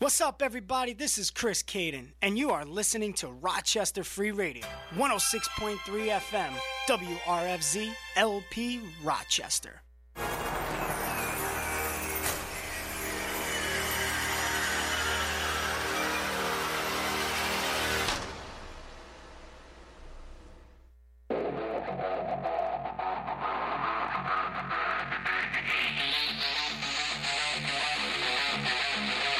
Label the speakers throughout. Speaker 1: What's up, everybody? This is Chris Caden, and you are listening to Rochester Free Radio, 106.3 FM, WRFZ, LP, Rochester.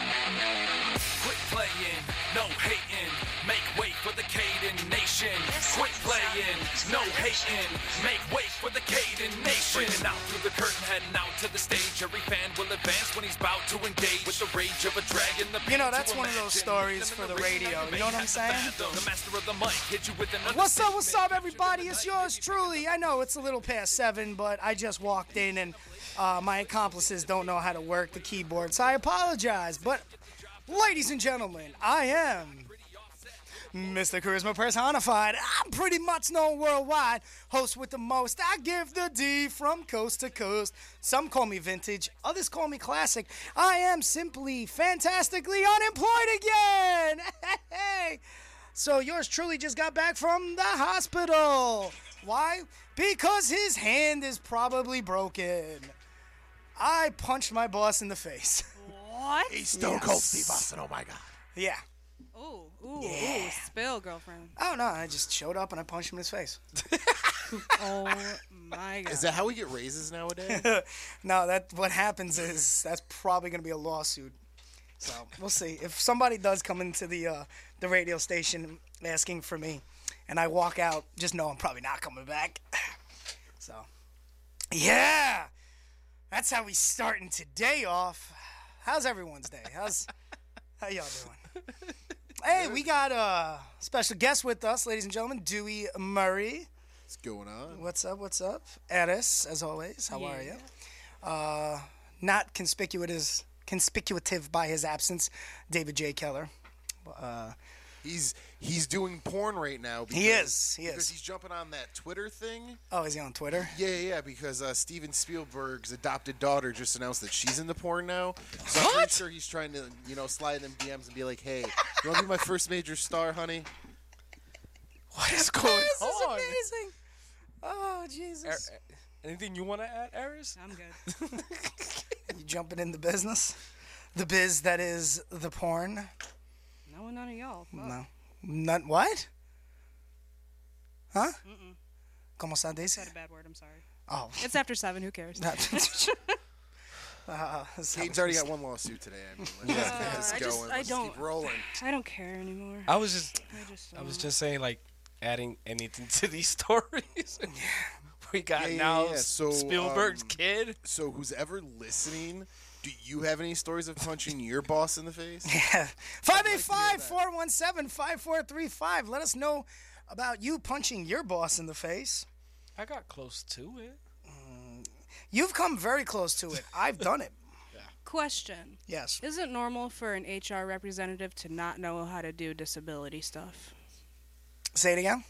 Speaker 2: Quit playing, no hating, make way for the Caden Nation. Quit playing, no hating, make way for the Caden Nation. Breaking out through the curtain, heading out to the stage. Every fan will advance when he's about to engage with the rage of a dragon. The
Speaker 1: You know,
Speaker 2: pain to
Speaker 1: that's one of those
Speaker 2: imagine.
Speaker 1: stories
Speaker 2: Rhythm
Speaker 1: for
Speaker 2: in
Speaker 1: the
Speaker 2: rhythm
Speaker 1: radio,
Speaker 2: that
Speaker 1: you know what I'm
Speaker 2: may
Speaker 1: saying?
Speaker 2: have to fathom. The master of the mic hits you with an
Speaker 1: What's up,
Speaker 2: understatement.
Speaker 1: what's up, everybody? It's yours truly. I know it's a little past seven, but I just walked in and uh, my accomplices don't know how to work the keyboard, so I apologize. But, ladies and gentlemen, I am Mr. Charisma Personified. I'm pretty much known worldwide, host with the most. I give the D from coast to coast. Some call me vintage, others call me classic. I am simply fantastically unemployed again. Hey! So yours truly just got back from the hospital. Why? Because his hand is probably broken. I punched my boss in the face.
Speaker 3: What?
Speaker 4: Stone Cold Steve Austin. Oh my God.
Speaker 1: yeah.
Speaker 3: Ooh, ooh, ooh, spill, girlfriend.
Speaker 1: Oh no, I just showed up and I punched him in his face.
Speaker 3: Oh my god.
Speaker 4: Is that how we get raises nowadays?
Speaker 1: No, that what happens is that's probably gonna be a lawsuit. So we'll see. If somebody does come into the uh, the radio station asking for me, and I walk out, just know I'm probably not coming back. So, yeah, that's how we starting today off. How's everyone's day? How's how y'all doing? Hey, we got a special guest with us, ladies and gentlemen, Dewey Murray.
Speaker 4: What's going on?
Speaker 1: What's up? What's up? Addis, as always. How are you?
Speaker 3: Yeah.
Speaker 1: not conspicuous conspicuous by his absence, David J. Keller.
Speaker 4: He's he's doing porn right now. Because,
Speaker 1: is, he
Speaker 4: because
Speaker 1: is.
Speaker 4: he's jumping on that Twitter thing.
Speaker 1: Oh, is he on Twitter?
Speaker 4: Yeah, yeah. yeah, Because uh, Steven Spielberg's adopted daughter just announced that she's in the porn now. So I'm pretty sure he's trying to you know slide them DMs and be like, hey, you want to be my first major star, honey? What is going
Speaker 1: This is
Speaker 4: on?
Speaker 1: amazing. Oh Jesus!
Speaker 5: Anything you want to add, Aris?
Speaker 3: I'm good.
Speaker 1: You jumping in the business, the biz that is the porn.
Speaker 3: No, none of y'all. Fuck.
Speaker 1: No, not what? Huh? Como se dice?
Speaker 3: Said a bad word. I'm sorry.
Speaker 1: Oh.
Speaker 3: It's after seven. Who cares?
Speaker 1: not- Uh, so-
Speaker 4: He's already got one lawsuit today. I mean, let's just get this
Speaker 3: I
Speaker 4: going.
Speaker 3: just- I
Speaker 4: Let's
Speaker 3: don't-
Speaker 4: keep rolling.
Speaker 3: I don't care anymore.
Speaker 5: I was just,
Speaker 3: I just.
Speaker 5: I was
Speaker 3: don't.
Speaker 5: just saying, like, adding anything to these stories. we got
Speaker 4: Yeah, yeah,
Speaker 5: now
Speaker 4: yeah.
Speaker 5: S-
Speaker 4: So,
Speaker 5: Spielberg's
Speaker 4: um,
Speaker 5: kid.
Speaker 4: So, who's ever listening, do you have any stories of punching your boss in the face?
Speaker 1: 585 417 5435. Let us know about you punching your boss in the face.
Speaker 5: I got close to it.
Speaker 1: You've come very close to it. I've done it.
Speaker 3: Question:
Speaker 1: Yes.
Speaker 3: Is it normal for an HR representative to not know how to do disability stuff?
Speaker 1: Say it again.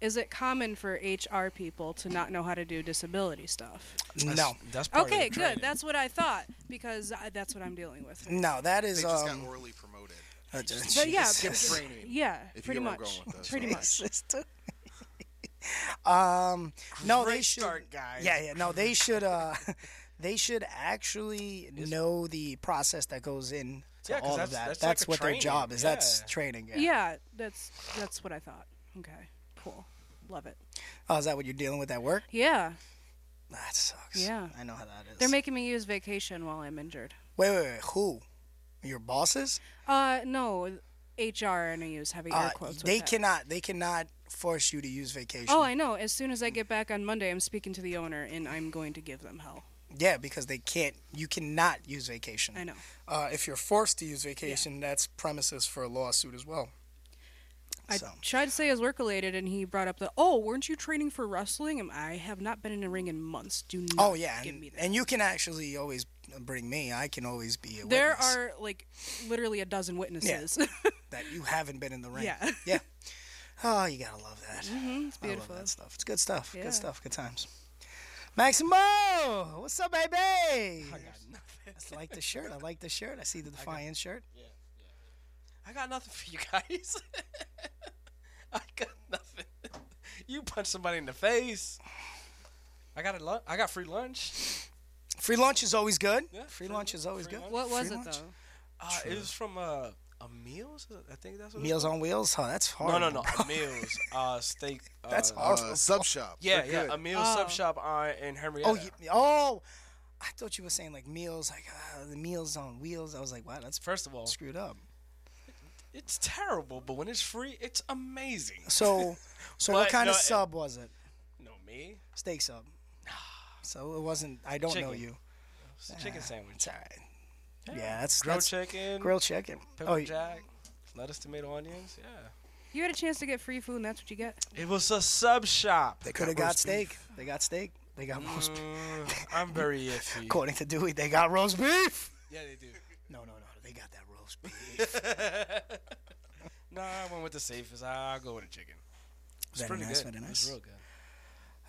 Speaker 3: Is it common for HR people to not know how to do disability stuff?
Speaker 1: No,
Speaker 5: That's part of
Speaker 3: Okay,
Speaker 5: the training.
Speaker 3: good. That's what I thought because I, that's what I'm dealing with.
Speaker 1: no, that
Speaker 4: They
Speaker 1: is
Speaker 4: just
Speaker 1: um.
Speaker 4: got orally promoted.
Speaker 1: uh,
Speaker 3: But yeah,
Speaker 1: Jesus.
Speaker 3: but-
Speaker 4: Training.
Speaker 3: yeah,
Speaker 4: If
Speaker 3: pretty
Speaker 4: you get where
Speaker 3: much.
Speaker 4: I'm going with this,
Speaker 3: Pretty
Speaker 4: so.
Speaker 3: much.
Speaker 1: um, no, they
Speaker 5: Great
Speaker 1: should.
Speaker 5: start, guys.
Speaker 1: Yeah, yeah. No, they should. Uh, they should actually know the process that goes in to
Speaker 5: Yeah, 'cause
Speaker 1: all of
Speaker 5: that's-
Speaker 1: that.
Speaker 5: that's like
Speaker 1: that's
Speaker 5: a
Speaker 1: what their
Speaker 5: training,
Speaker 1: job is. That's
Speaker 5: yeah.
Speaker 1: training. Yeah.
Speaker 3: Yeah, that's that's what I thought. Okay, cool, love it.
Speaker 1: Oh, is that what you're dealing with at work?
Speaker 3: Yeah,
Speaker 1: That sucks.
Speaker 3: Yeah.
Speaker 1: I know how that is.
Speaker 3: they're making me use vacation while I'm injured.
Speaker 1: wait, wait, wait. Who? Your bosses?
Speaker 3: Uh, no, HR and I use heavy air
Speaker 1: Uh,
Speaker 3: quotes. with
Speaker 1: they
Speaker 3: that.
Speaker 1: cannot. They cannot force you to use vacation.
Speaker 3: Oh, I know. As soon as I get back on Monday, I'm speaking to the owner and I'm going to give them hell.
Speaker 1: Yeah, because they can't. You cannot use vacation.
Speaker 3: I know.
Speaker 1: Uh, if you're forced to use vacation, that's premises for a lawsuit as well.
Speaker 3: I
Speaker 1: So.
Speaker 3: tried to say it was work related, and he brought up the oh, weren't you training for wrestling? And I have not been in a ring in months. Do not
Speaker 1: Oh yeah,
Speaker 3: give
Speaker 1: and,
Speaker 3: me that.
Speaker 1: and you can actually always bring me. I can always be a
Speaker 3: there
Speaker 1: witness
Speaker 3: are like literally a dozen witnesses.
Speaker 1: that you haven't been in the ring.
Speaker 3: Yeah.
Speaker 1: yeah. Oh, you gotta love that.
Speaker 3: Mm-hmm. it's
Speaker 1: I
Speaker 3: beautiful.
Speaker 1: love that stuff. It's good stuff.
Speaker 3: Yeah.
Speaker 1: Good stuff. Good times. Maximo, what's up, baby? I like the shirt. I like the shirt. I see the Defiant shirt.
Speaker 5: I got nothing for you guys. I got nothing. You punch somebody in the face. I got a lunch. I got free lunch.
Speaker 1: Free lunch is always good.
Speaker 5: Yeah,
Speaker 1: free,
Speaker 5: free
Speaker 1: lunch
Speaker 5: lunch,
Speaker 1: is always
Speaker 5: free
Speaker 1: good.
Speaker 5: lunch.
Speaker 3: What was
Speaker 1: Free
Speaker 3: it
Speaker 1: lunch?
Speaker 3: though?
Speaker 5: Uh, it was from uh, a meals. I think that's what. it
Speaker 1: Meals on Wheels? Huh? That's hard.
Speaker 5: was. No, no, no. A meals. Uh, steak. Uh,
Speaker 1: That's
Speaker 4: Uh,
Speaker 1: horrible.
Speaker 4: sub shop.
Speaker 5: Yeah,
Speaker 4: They're
Speaker 5: yeah.
Speaker 4: good.
Speaker 5: A meal
Speaker 3: Oh.
Speaker 5: sub shop on in Henrietta.
Speaker 1: Oh, you, oh, I thought you were saying like meals, like uh, the meals on wheels. I was like, wow, that's f-
Speaker 5: First of all,
Speaker 1: screwed up.
Speaker 5: it's terrible, but when it's free, it's amazing.
Speaker 1: So, so what
Speaker 5: But,
Speaker 1: kind
Speaker 5: no,
Speaker 1: of
Speaker 5: it-
Speaker 1: sub was it?
Speaker 5: No, me.
Speaker 1: Steak sub. So it wasn't. I don't know
Speaker 5: Chicken.
Speaker 1: you.
Speaker 5: It's a chicken sandwich.
Speaker 1: It's all right. Yeah, that's
Speaker 5: Grilled
Speaker 1: that's,
Speaker 5: chicken.
Speaker 1: Grilled chicken.
Speaker 5: pepper
Speaker 1: oh, y-
Speaker 5: jack, lettuce, tomato, onions. Yeah.
Speaker 3: You had a chance to get free food, and that's what you get.
Speaker 5: It was a sub shop.
Speaker 1: they could have
Speaker 4: got
Speaker 1: got
Speaker 4: roast
Speaker 1: steak. They got steak. They got roast. beef.
Speaker 5: Mm. I'm very iffy.
Speaker 1: According to Dewey, they got roast beef.
Speaker 5: Yeah, they do.
Speaker 1: No, no, no. They got that roast beef.
Speaker 5: Nah, I went with the safest. I- I'll go with a chicken. It's
Speaker 1: Very
Speaker 5: pretty
Speaker 1: nice,
Speaker 5: good.
Speaker 1: very
Speaker 5: It's
Speaker 1: nice.
Speaker 5: real good.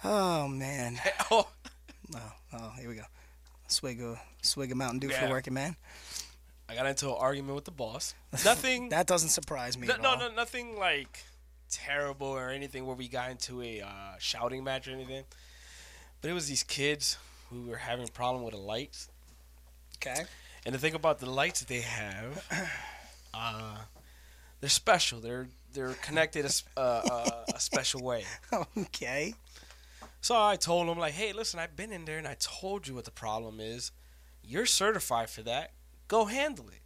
Speaker 1: Oh man.
Speaker 5: oh,
Speaker 1: Oh, oh, here we go. Swig a swig of Mountain Dew for
Speaker 5: Yeah.
Speaker 1: working man.
Speaker 5: I got into an argument with the boss. Nothing.
Speaker 1: That doesn't surprise me.
Speaker 5: no,
Speaker 1: at
Speaker 5: no,
Speaker 1: all.
Speaker 5: no, nothing like terrible or anything where we got into a uh, shouting match or anything. But it was these kids who were having a problem with the lights.
Speaker 1: Okay.
Speaker 5: And the thing about the lights that they have, uh, they're special. They're they're connected a, s- uh, uh, a special way.
Speaker 1: Okay.
Speaker 5: So I told him like, hey, listen, I've been in there and I told you what the problem is. You're certified for that. Go handle it.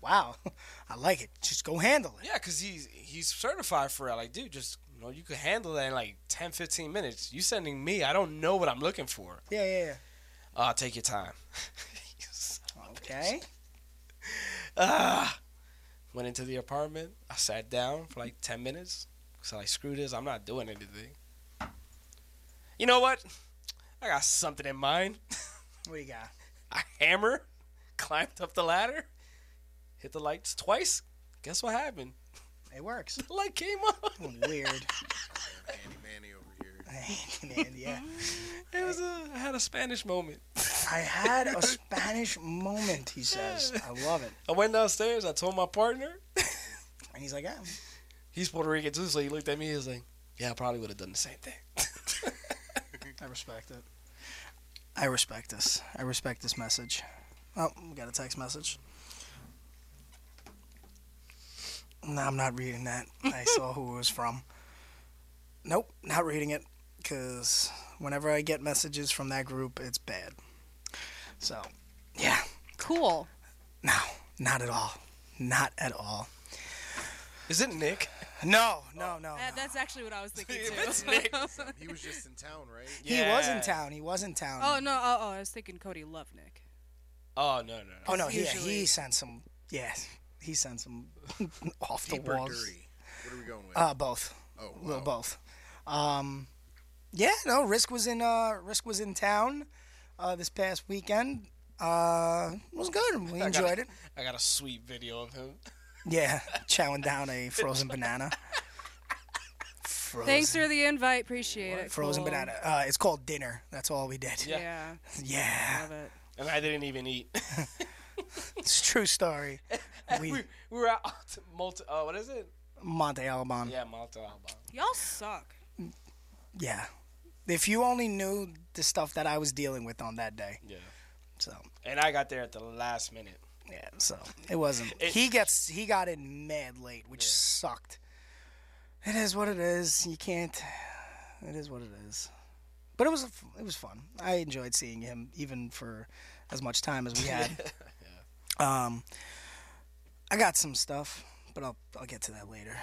Speaker 1: Wow. I like it. Just go handle it.
Speaker 5: Yeah, cause he's he's certified for it. Like, dude, just you know, you could handle that in like 10, 15 minutes. You sending me? I don't know what I'm looking for.
Speaker 1: Yeah, yeah,
Speaker 5: Uh, take your time.
Speaker 1: yeah. Okay.
Speaker 5: ah, went into the apartment. I sat down for like ten minutes. So like, screw this. I'm not doing anything. You know what? I got something in mind.
Speaker 1: What do you got?
Speaker 5: a hammer, climbed up the ladder, hit the lights twice. Guess what happened?
Speaker 1: It works.
Speaker 5: The light came on.
Speaker 1: Weird.
Speaker 4: Manny, Manny over here.
Speaker 1: Man, yeah.
Speaker 5: It was a, I had a Spanish moment.
Speaker 1: I had a Spanish moment, he says. I love it.
Speaker 5: I went downstairs. I told my partner.
Speaker 1: And he's like, yeah.
Speaker 5: He's Puerto Rican too, so he looked at me. He was like, "Yeah, I probably would have done the same thing."
Speaker 1: I respect it. I respect this. I respect this message. Oh, we got a text message. No, I'm not reading that. I saw who it was from. Nope, not reading it. Because whenever I get messages from that group, it's bad. So, yeah,
Speaker 3: Cool.
Speaker 1: no, not at all. Not at all.
Speaker 5: Is it Nick?
Speaker 1: No, no, no.
Speaker 3: Uh,
Speaker 1: no.
Speaker 3: that's actually what I was thinking too.
Speaker 4: He was just in town, right?
Speaker 1: He was in
Speaker 5: Yeah.
Speaker 1: town. He was in town.
Speaker 3: oh no! Oh, oh, I was thinking Cody Lovnick.
Speaker 5: Oh no no. no.
Speaker 1: Oh no, he,
Speaker 3: usually-
Speaker 1: he sent some. Yes, he sent some off the
Speaker 4: Deep or
Speaker 1: walls.
Speaker 4: dirty? What are we going with?
Speaker 1: Uh, both.
Speaker 4: Oh,
Speaker 1: A little
Speaker 4: wow.
Speaker 1: both. Um, yeah, no. Risk was in. Uh, Risk was in town uh, this past weekend. Uh, it was good. We
Speaker 5: I got
Speaker 1: enjoyed
Speaker 5: a-
Speaker 1: it.
Speaker 5: I got a sweet video of him.
Speaker 1: Yeah, chowing down a frozen banana. Frozen,
Speaker 3: Thanks for the invite. Appreciate it.
Speaker 1: frozen
Speaker 3: Cool.
Speaker 1: banana. Uh, it's called dinner. That's all we did.
Speaker 5: Yeah.
Speaker 3: Yeah.
Speaker 1: Yeah,
Speaker 3: Love it.
Speaker 5: And I didn't even eat.
Speaker 1: it's a true story.
Speaker 5: we,
Speaker 1: We
Speaker 5: we were at Malta. Uh, what is it?
Speaker 1: Monte Alban.
Speaker 5: Yeah, Malta Alba.
Speaker 3: Y'all suck.
Speaker 1: Yeah. If you only knew the stuff that I was dealing with on that day.
Speaker 5: Yeah.
Speaker 1: So,
Speaker 5: And I got there at the last minute.
Speaker 1: yeah, so it wasn't.
Speaker 5: It-
Speaker 1: he gets he got in mad late, which sucked. It is what it is. You can't It is what it is. But it was a f it was fun. I enjoyed seeing him even for as much time as we had. Um I got some stuff, but I'll I'll get to that later.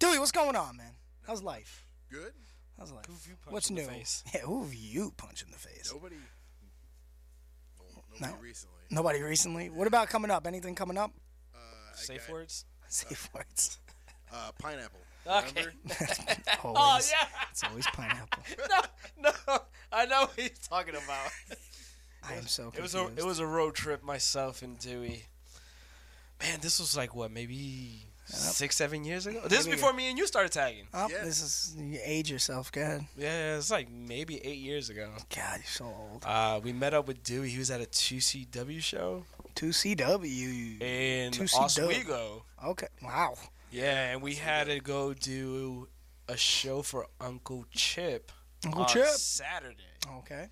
Speaker 1: Dewey, what's going on, man? How's life?
Speaker 4: Good.
Speaker 1: How's life?
Speaker 5: you punched
Speaker 1: What's
Speaker 5: in the
Speaker 1: new?
Speaker 5: face?
Speaker 1: Yeah, who have you punched in the face?
Speaker 4: Nobody. Well, nobody recently.
Speaker 1: Nobody recently. What about coming up? Anything coming up?
Speaker 4: Uh, I
Speaker 5: Safe
Speaker 4: got,
Speaker 5: words.
Speaker 1: Safe words.
Speaker 4: Uh, pineapple.
Speaker 5: Okay.
Speaker 4: Remember?
Speaker 1: Always.
Speaker 5: Oh yeah.
Speaker 1: It's always pineapple.
Speaker 5: No, no. I know what he's talking about.
Speaker 1: I am so
Speaker 5: It was
Speaker 1: confused.
Speaker 5: a it was a road trip myself and Dewey. Man, this was like what maybe six seven years ago. This is
Speaker 1: Maybe,
Speaker 5: before me and you started tagging.
Speaker 1: Oh,
Speaker 4: Yeah.
Speaker 1: this is you age yourself. Go ahead.
Speaker 5: Yeah, it's like maybe eight years ago.
Speaker 1: God, you're so old.
Speaker 5: Uh, we met up with Dewey. He was at a two CW show
Speaker 1: Two CW.
Speaker 5: in
Speaker 1: Two CW.
Speaker 5: Oswego.
Speaker 1: Okay. Wow.
Speaker 5: Yeah, and we had to go do a show for Uncle Chip
Speaker 1: Uncle
Speaker 5: on
Speaker 1: Chip.
Speaker 5: Saturday,
Speaker 1: Okay.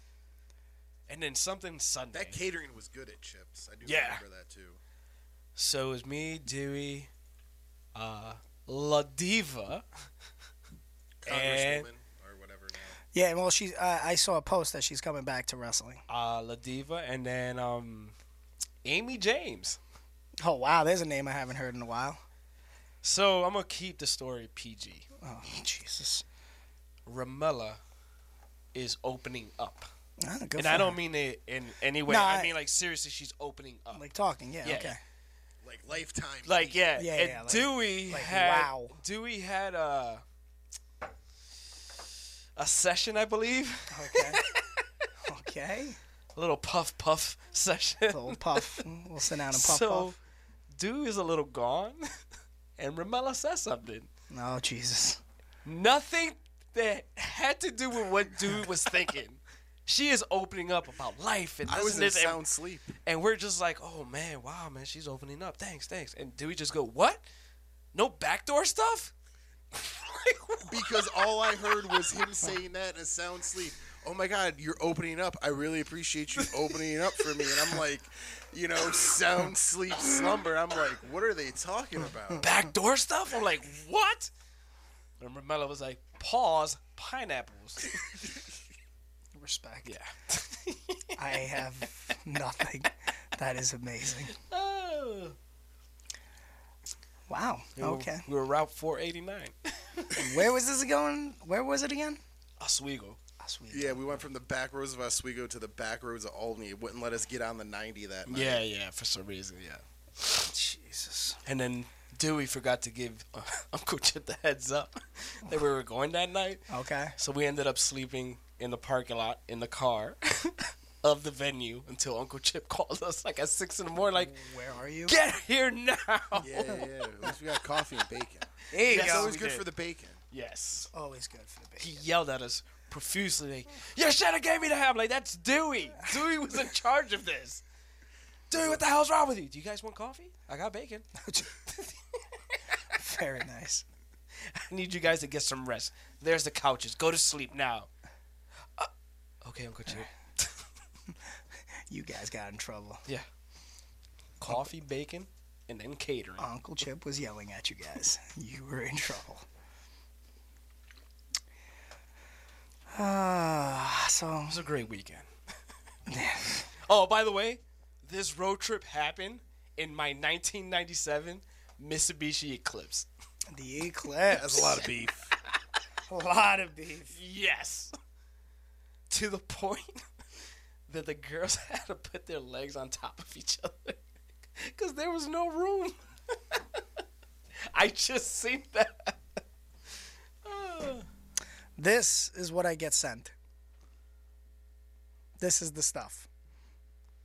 Speaker 5: and then something Sunday.
Speaker 4: That catering was good at Chips. I do
Speaker 5: Yeah.
Speaker 4: remember that too.
Speaker 5: So it was me, Dewey, uh, La Diva. And-
Speaker 4: Congresswoman or whatever. Now.
Speaker 1: Yeah. Well, she. I I saw a post that she's coming back to wrestling.
Speaker 5: uh, La Diva, and then um, Amy James.
Speaker 1: Oh wow, there's a name I haven't heard in a while.
Speaker 5: So I'm gonna keep the story PG.
Speaker 1: Oh Jesus.
Speaker 5: Ramella is opening up,
Speaker 1: Ah, good
Speaker 5: and
Speaker 1: for
Speaker 5: I don't
Speaker 1: her.
Speaker 5: mean it in any way.
Speaker 1: No,
Speaker 5: I,
Speaker 1: I-
Speaker 5: mean like seriously, she's opening up. Like,
Speaker 1: like talking. Yeah.
Speaker 5: Yeah.
Speaker 1: Okay.
Speaker 4: Like lifetime.
Speaker 5: yeah,
Speaker 1: Yeah,
Speaker 5: and
Speaker 1: yeah, like-
Speaker 5: Dewey
Speaker 1: like,
Speaker 5: had
Speaker 1: wow.
Speaker 5: Dewey had a a session, I believe,
Speaker 1: Okay. okay.
Speaker 5: a little puff puff session.
Speaker 1: Little puff. We'll sit down and puff
Speaker 5: so
Speaker 1: puff.
Speaker 5: Dewey is a little gone, and Ramella says something.
Speaker 1: Oh Jesus.
Speaker 5: nothing that had to do with what dude was thinking. She is opening up about life and
Speaker 4: I
Speaker 5: this
Speaker 4: was
Speaker 5: and
Speaker 4: in
Speaker 5: this,
Speaker 4: sound
Speaker 5: and,
Speaker 4: sleep.
Speaker 5: and we're just like, oh man, wow, man, she's opening up. Thanks, thanks. And do we just go, what? No backdoor stuff? like, what?
Speaker 4: because all I heard was him saying that in a sound sleep. Oh my God, you're opening up. I really appreciate you opening up for me. And I'm like, you know, sound sleep slumber. I'm like, what are they talking about?
Speaker 5: backdoor stuff? I'm like, what? And Ramela was like, pause, pineapples.
Speaker 1: Respect.
Speaker 5: Yeah.
Speaker 1: I have nothing. That is amazing.
Speaker 5: Oh.
Speaker 1: Wow. Okay.
Speaker 5: We were Route 489,
Speaker 1: Where was this going? Where was it again?
Speaker 5: Oswego.
Speaker 1: Oswego.
Speaker 4: Yeah, we went from the back roads of Oswego to the back roads of Albany. It wouldn't let us get on the 90 that night.
Speaker 5: Yeah, yeah, for some reason, yeah.
Speaker 1: Jesus.
Speaker 5: And then Dewey forgot to give uh, Uncle Chip the heads up that we were going that night.
Speaker 1: Okay.
Speaker 5: So we ended up sleeping in the parking lot in the car of the venue until Uncle Chip called us like at six in the morning, like,
Speaker 1: Where are you?
Speaker 5: get here now.
Speaker 4: Yeah, yeah, yeah. At least we got coffee and bacon.
Speaker 1: There you
Speaker 5: Yes,
Speaker 4: It's
Speaker 1: go.
Speaker 4: always
Speaker 5: we
Speaker 4: good
Speaker 5: did.
Speaker 4: for the bacon.
Speaker 5: Yes.
Speaker 1: Always good for the
Speaker 5: He
Speaker 1: baby.
Speaker 5: yelled at us profusely, like, you should have gave me the ham. Like, that's Dewey. Dewey was in charge of this. Dewey, what the hell's wrong with you? Do you guys want coffee? I got bacon.
Speaker 1: Very nice.
Speaker 5: I need you guys to get some rest. There's the couches. Go to sleep now. Uh, okay, Uncle Chip.
Speaker 1: You guys got in trouble.
Speaker 5: Yeah. Coffee, bacon, and then catering.
Speaker 1: Uncle Chip was yelling at you guys. You were in trouble. Ah, so
Speaker 5: It was a great weekend. oh, by the way, this road trip happened in my 1997 Mitsubishi Eclipse.
Speaker 1: the eclipse.
Speaker 4: That's a lot of beef.
Speaker 1: A lot of beef.
Speaker 5: Yes. To the point that the girls had to put their legs on top of each other because there was no room. I just seen that.
Speaker 1: This is what I get sent. This is the stuff.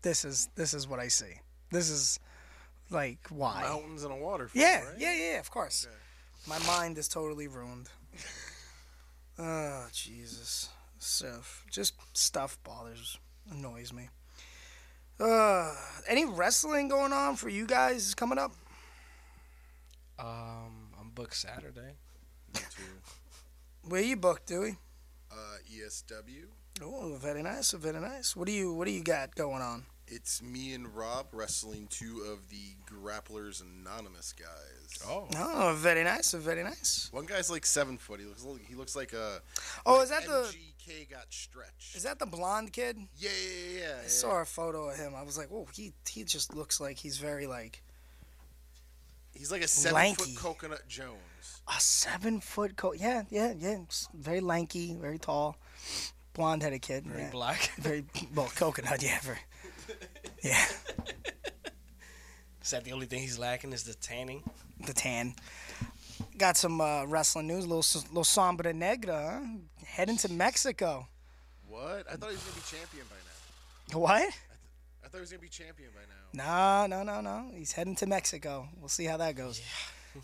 Speaker 1: This is this is what I see. This is like why.
Speaker 4: Mountains and a waterfall.
Speaker 1: Yeah,
Speaker 4: right?
Speaker 1: yeah, yeah, of course. My mind is totally ruined. oh, Jesus. Stuff. Just stuff bothers, annoys me. Uh, any wrestling going on for you guys coming up?
Speaker 5: Um, I'm booked Saturday.
Speaker 4: Me too.
Speaker 1: Where you booked, Dewey?
Speaker 4: Uh, ESW.
Speaker 1: Oh, very nice, very nice. What do you What do you got going on?
Speaker 4: It's me and Rob wrestling two of the Grapplers Anonymous guys.
Speaker 5: Oh.
Speaker 1: Oh, very nice, very nice.
Speaker 4: One guy's like seven foot. He looks he looks like a.
Speaker 1: Oh,
Speaker 4: like
Speaker 1: is that the
Speaker 4: MGK got stretched?
Speaker 1: Is that the blonde kid?
Speaker 4: yeah, yeah, yeah. yeah,
Speaker 1: I
Speaker 4: yeah.
Speaker 1: saw a photo of him. I was like, oh, he he just looks like he's very like
Speaker 4: He's like a seven
Speaker 1: Lanky.
Speaker 4: foot coconut Jones.
Speaker 1: A seven foot coat. Yeah, yeah, yeah. S- Very lanky, very tall, blonde headed kid.
Speaker 5: Very
Speaker 1: yeah.
Speaker 5: black.
Speaker 1: Very well, coconut. Yeah, very, yeah.
Speaker 5: Is that the only thing he's lacking is the tanning?
Speaker 1: The tan. Got some uh, wrestling news. Little s- little sombra negra huh? heading to Mexico.
Speaker 4: What? I thought he was gonna be champion by now.
Speaker 1: What?
Speaker 4: I thought he was gonna be champion by now.
Speaker 1: No, no, no, no. He's heading to Mexico. We'll see how that goes.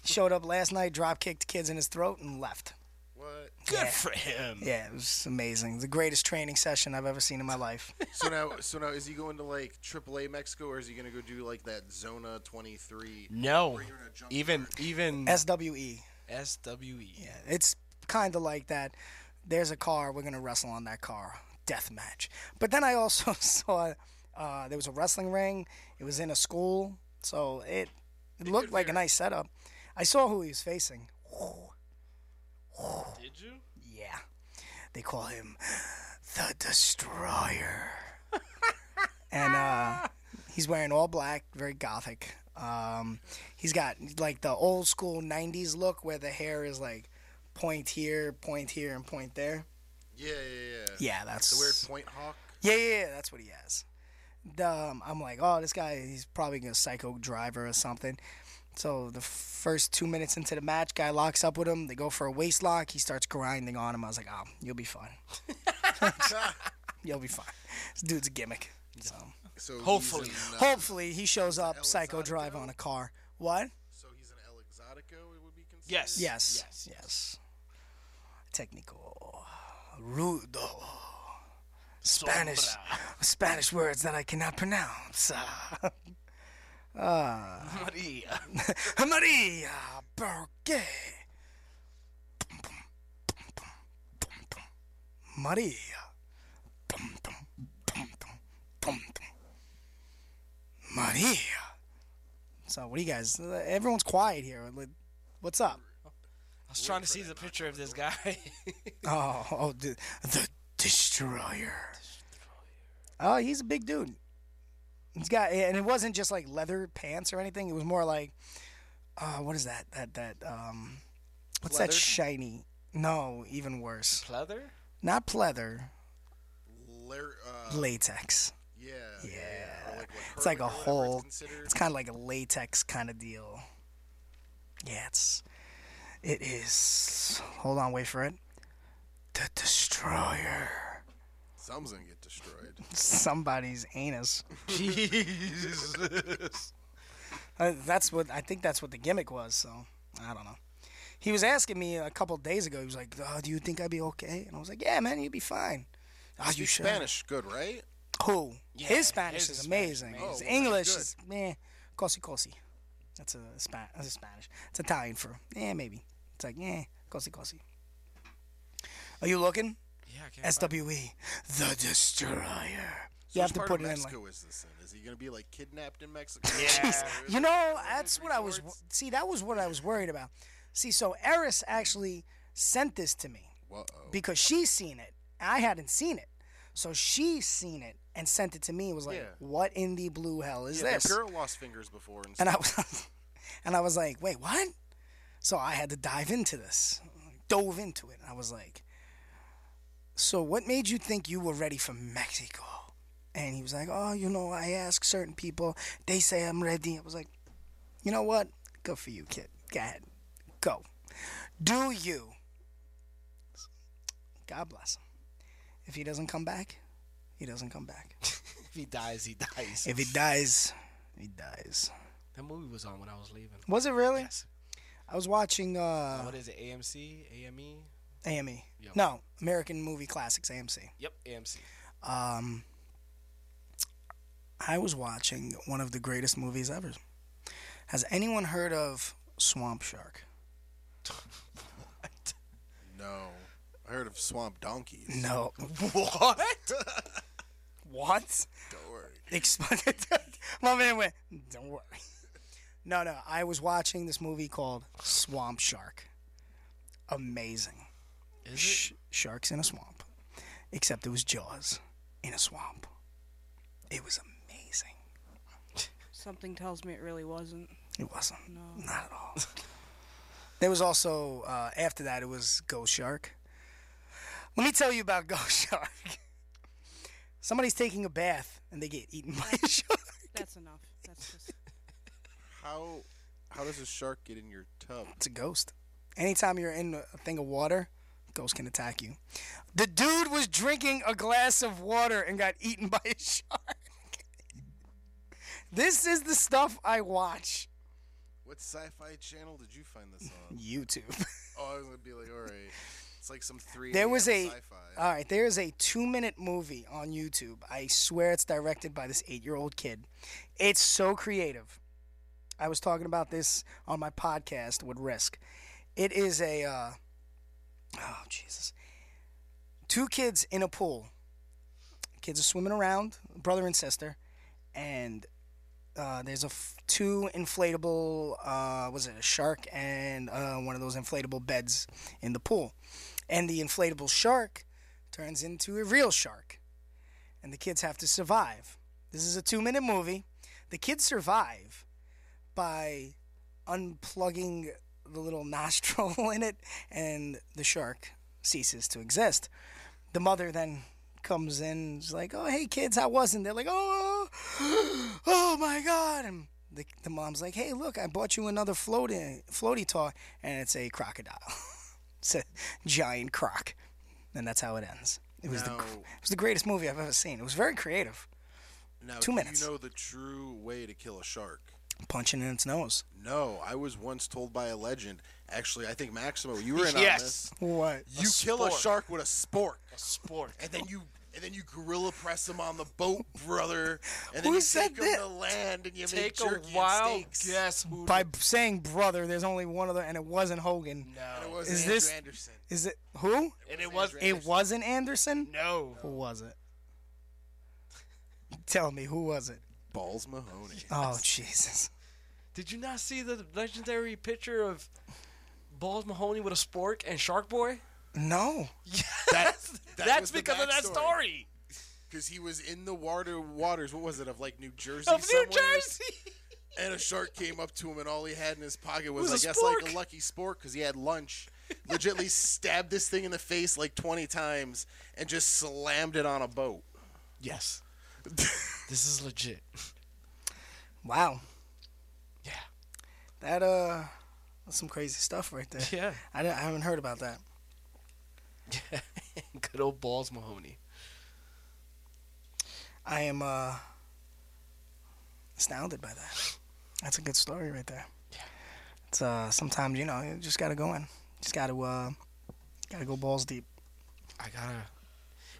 Speaker 1: Showed up last night, drop kicked kids in his throat, and left.
Speaker 4: What?
Speaker 5: Good for him.
Speaker 1: Yeah, it was amazing. The greatest training session I've ever seen in my life.
Speaker 4: So now, so now, is he going to like AAA Mexico, or is he going to go do like that Zona 23?
Speaker 5: No,
Speaker 4: Where you're in a junkyard.
Speaker 5: even even E.
Speaker 1: SWE.
Speaker 5: SWE.
Speaker 1: Yeah, it's kind of like that. There's a car. We're gonna wrestle on that car. Death match. But then I also saw uh, there was a wrestling ring. It was in a school, so it, it looked like a nice setup. I saw who he was facing.
Speaker 5: Did you?
Speaker 1: Yeah, they call him the Destroyer, and uh, he's wearing all black, very gothic. Um, he's got like the old school '90s look where the hair is like point here, point here, and point there.
Speaker 4: Yeah, yeah, yeah.
Speaker 1: Yeah, that's
Speaker 4: The weird point hawk.
Speaker 1: Yeah, yeah, yeah, that's what he has. The, um, I'm like, oh, this guy, he's probably a psycho driver or something. So the first two minutes into the match, guy locks up with him. They go for a waist lock. He starts grinding on him. I was like, oh, you'll be fine. you'll be fine. This dude's a gimmick. So
Speaker 4: So he's
Speaker 5: Hopefully.
Speaker 4: in, uh,
Speaker 1: hopefully he shows up psycho drive on a car. What?
Speaker 4: so he's an El Exotico. It would be considered.
Speaker 5: Yes.
Speaker 1: Yes.
Speaker 5: Yes.
Speaker 1: Yes. Technical. Rudo. Spanish. Spanish words that I cannot pronounce. Uh,
Speaker 5: Maria.
Speaker 1: Maria Burke. Maria. Maria. So, what do you guys? Everyone's quiet here. Like, What's up?
Speaker 5: I was trying to see the picture of this guy.
Speaker 1: Oh, oh, the, the destroyer. Oh, he's a big dude. He's got, and it wasn't just like leather pants or anything. It was more like, uh, what is that? That that um, what's that
Speaker 5: Pleather?
Speaker 1: shiny? No, even worse.
Speaker 5: Pleather?
Speaker 1: Not pleather,
Speaker 4: Lar- uh,
Speaker 1: latex.
Speaker 4: yeah.
Speaker 1: Yeah,
Speaker 4: Or like what
Speaker 1: it's like a
Speaker 4: curling or whatever it's
Speaker 1: whole.
Speaker 4: considered.
Speaker 1: It's kind of like a latex kind of deal. Yeah, it's. It is. Hold on, wait for it. The destroyer.
Speaker 4: Some's gonna get destroyed.
Speaker 1: Somebody's anus.
Speaker 5: Jesus.
Speaker 1: Uh, that's what I think. That's what the gimmick was. So I don't know. He was asking me a couple days ago. He was like, oh, "Do you think I'd be okay?" And I was like, "Yeah, man, you'd be fine." Are you
Speaker 4: Speak
Speaker 1: sure?
Speaker 4: Spanish, good, right?
Speaker 1: Who? his Spanish
Speaker 5: his
Speaker 1: is
Speaker 5: is
Speaker 1: amazing.
Speaker 5: amazing.
Speaker 1: his
Speaker 4: Oh, well,
Speaker 1: English
Speaker 4: good.
Speaker 1: is meh. Cosi cosi. That's a, Spa- that's a Spanish. It's Italian for yeah, maybe. It's like yeah, cosi cosi. Are you looking?
Speaker 5: Yeah, I can't
Speaker 1: SWE, the destroyer. You have
Speaker 4: Which
Speaker 1: to
Speaker 4: part
Speaker 1: put it
Speaker 4: of
Speaker 1: in like.
Speaker 4: Mexico is this in? Is he gonna be like kidnapped in Mexico?
Speaker 5: Jeez.
Speaker 1: You know, that's what I was. See, that was what I was worried about. See, so Eris actually sent this to me
Speaker 4: Whoa.
Speaker 1: because she's seen it. and I hadn't seen it, so she's seen it and sent it to me. and Was like,
Speaker 4: Yeah.
Speaker 1: what in the blue hell is
Speaker 4: Yeah,
Speaker 1: this?
Speaker 4: the girl lost fingers before, and,
Speaker 1: And I was, and I was like, wait, what? So I had to dive into this, dove into it. And I was like, so what made you think you were ready for Mexico? And he was like, oh, you know, I ask certain people, they say I'm ready. I was like, you know what? Good for you, kid. Go ahead, go. Do you? God bless him. If he doesn't come back, he doesn't come back.
Speaker 5: If he dies, he dies.
Speaker 1: If he dies, he dies.
Speaker 5: that movie was on when I was leaving.
Speaker 1: Was it really?
Speaker 5: Yes.
Speaker 1: I was watching uh,
Speaker 5: What is it? AMC? AME?
Speaker 1: AME.
Speaker 5: Yeah.
Speaker 1: No, American Movie Classics AMC.
Speaker 5: Yep, AMC.
Speaker 1: Um, I was watching one of the greatest movies ever. Has anyone heard of Swamp Shark?
Speaker 4: no, I heard of swamp donkeys.
Speaker 1: No.
Speaker 5: What?
Speaker 1: What?
Speaker 4: Don't worry.
Speaker 1: Explain it. My man went. Don't worry. No, no. I was watching this movie called Swamp Shark. Amazing. Sh- sharks in a swamp. Except it was Jaws in a swamp. It was amazing.
Speaker 3: Something tells me it really wasn't.
Speaker 1: It wasn't. Not at all. there was also uh, after that. It was Ghost Shark. Let me tell you about Ghost Shark. Somebody's taking a bath and they get eaten by a shark.
Speaker 3: That's enough. That's just.
Speaker 4: How how does a shark get in your tub?
Speaker 1: It's a ghost. Anytime you're in a thing of water, ghosts can attack you. The dude was drinking a glass of water and got eaten by a shark. this is the stuff I watch.
Speaker 4: What sci-fi channel did you find this on?
Speaker 1: YouTube.
Speaker 4: Oh, I was gonna be like, all right. It's like some three.
Speaker 1: There
Speaker 4: AM
Speaker 1: was a uh,
Speaker 4: sci-fi.
Speaker 1: all right. There is a two-minute movie on YouTube. I swear it's directed by this eight-year-old kid. It's so creative. I was talking about this on my podcast with Risk. It is a uh, oh Jesus, two kids in a pool. Kids are swimming around, brother and sister, and uh, there's a f- two inflatable uh, was it a shark and uh, one of those inflatable beds in the pool and the inflatable shark turns into a real shark and the kids have to survive this is a two minute movie the kids survive by unplugging the little nostril in it and the shark ceases to exist the mother then comes in is like oh hey kids how wasn't they're like oh oh my god and the, the mom's like hey look i bought you another floaty floaty toy and it's a crocodile it's a giant croc and that's how it ends it was the
Speaker 4: Now-
Speaker 1: the it was the greatest movie i've ever seen it was very creative
Speaker 4: Now,
Speaker 1: two
Speaker 4: do
Speaker 1: minutes.
Speaker 4: You know the true way to kill a shark.
Speaker 1: punching in its nose
Speaker 4: No, I was once told by a legend. Actually, I think Maximo, you were in on
Speaker 5: Yes.
Speaker 4: this.
Speaker 1: what
Speaker 4: You kill a
Speaker 5: spork.
Speaker 4: shark with a spork,
Speaker 5: Sport.
Speaker 4: and then you and then you gorilla press him on the boat, brother. And then
Speaker 1: Who
Speaker 4: you
Speaker 1: said
Speaker 4: take him
Speaker 1: that?
Speaker 4: to land, and you make
Speaker 5: Take a
Speaker 4: jerky
Speaker 5: wild
Speaker 4: and steaks.
Speaker 5: guess who
Speaker 1: by b- saying brother there's only one other and it wasn't hogan
Speaker 4: And it
Speaker 5: no.
Speaker 4: was
Speaker 1: Is
Speaker 4: Andrew
Speaker 1: this-
Speaker 4: Anderson?
Speaker 1: is it who
Speaker 5: And it was
Speaker 1: it wasn't anderson
Speaker 5: no.
Speaker 1: Who was it? Tell me, who was it?
Speaker 4: Balls Mahoney.
Speaker 1: Oh, Jesus.
Speaker 5: Did you not see the legendary picture of Balls Mahoney with a spork and Shark Boy?
Speaker 1: No.
Speaker 4: That's
Speaker 5: That's because of that story.
Speaker 4: Because he was in the water waters. What was it of like New Jersey?
Speaker 5: Of New
Speaker 4: somewhere?
Speaker 5: Jersey.
Speaker 4: And a shark came up to him, and all he had in his pocket was,
Speaker 5: Was a
Speaker 4: I guess, like
Speaker 5: spork.
Speaker 4: a lucky spork because he had lunch. Legitly stabbed this thing in the face like 20 times and just slammed it on a boat.
Speaker 5: Yes. this is legit.
Speaker 1: Wow.
Speaker 5: Yeah.
Speaker 1: That, uh, that's some crazy stuff right there.
Speaker 5: Yeah.
Speaker 1: I, don't- I haven't heard about that.
Speaker 5: Good old Balls Mahoney.
Speaker 1: I am, uh, astounded by that. That's a good story right there. It's, uh, sometimes, you know, you just gotta go in. Just gotta, uh, gotta go balls deep.
Speaker 5: I gotta.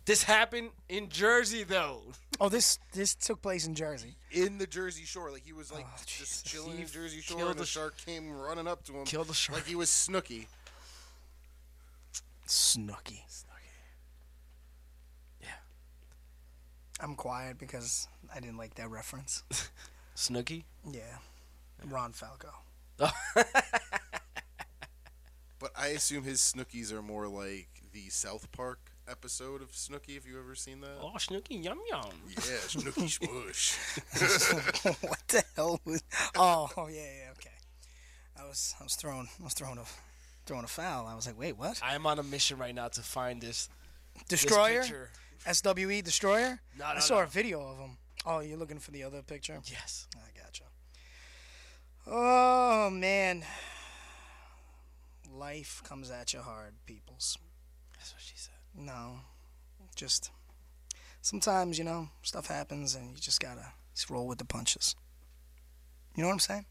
Speaker 5: This happened in Jersey though.
Speaker 1: Oh, this, this took place in Jersey.
Speaker 4: In the Jersey Shore. Like he was like
Speaker 1: Oh, Jesus.
Speaker 4: just chilling
Speaker 5: He
Speaker 4: in Jersey Shore,
Speaker 5: killed
Speaker 4: and
Speaker 5: a
Speaker 4: the
Speaker 5: sh-
Speaker 4: shark came running up to him.
Speaker 5: Killed the shark.
Speaker 4: Like he was Snooky.
Speaker 1: Snooky.
Speaker 5: Yeah.
Speaker 1: I'm quiet because I didn't like that reference.
Speaker 5: Snooky.
Speaker 1: Yeah. Ron Falco.
Speaker 4: But I assume his Snookies are more like the South Park episode of Snooky, if you've ever seen that.
Speaker 5: Oh, Snooky, yum yum.
Speaker 4: Yeah, Snooky Swoosh.
Speaker 1: what the hell was? Oh, oh, yeah, yeah, okay. I was, I was throwing, I was throwing a, throwing a foul. I was like, wait, what?
Speaker 5: I am on a mission right now to find this, Ah, this
Speaker 1: Destroyer,
Speaker 5: picture.
Speaker 1: SWE Destroyer.
Speaker 5: No,
Speaker 1: I
Speaker 5: no,
Speaker 1: saw
Speaker 5: no.
Speaker 1: a video of him. Oh, you're looking for the other picture?
Speaker 5: Yes.
Speaker 1: I gotcha. Oh man, life comes at you hard, peoples.
Speaker 5: That's what she said.
Speaker 1: No, just sometimes you know stuff happens and you just gotta just roll with the punches. You know what I'm saying?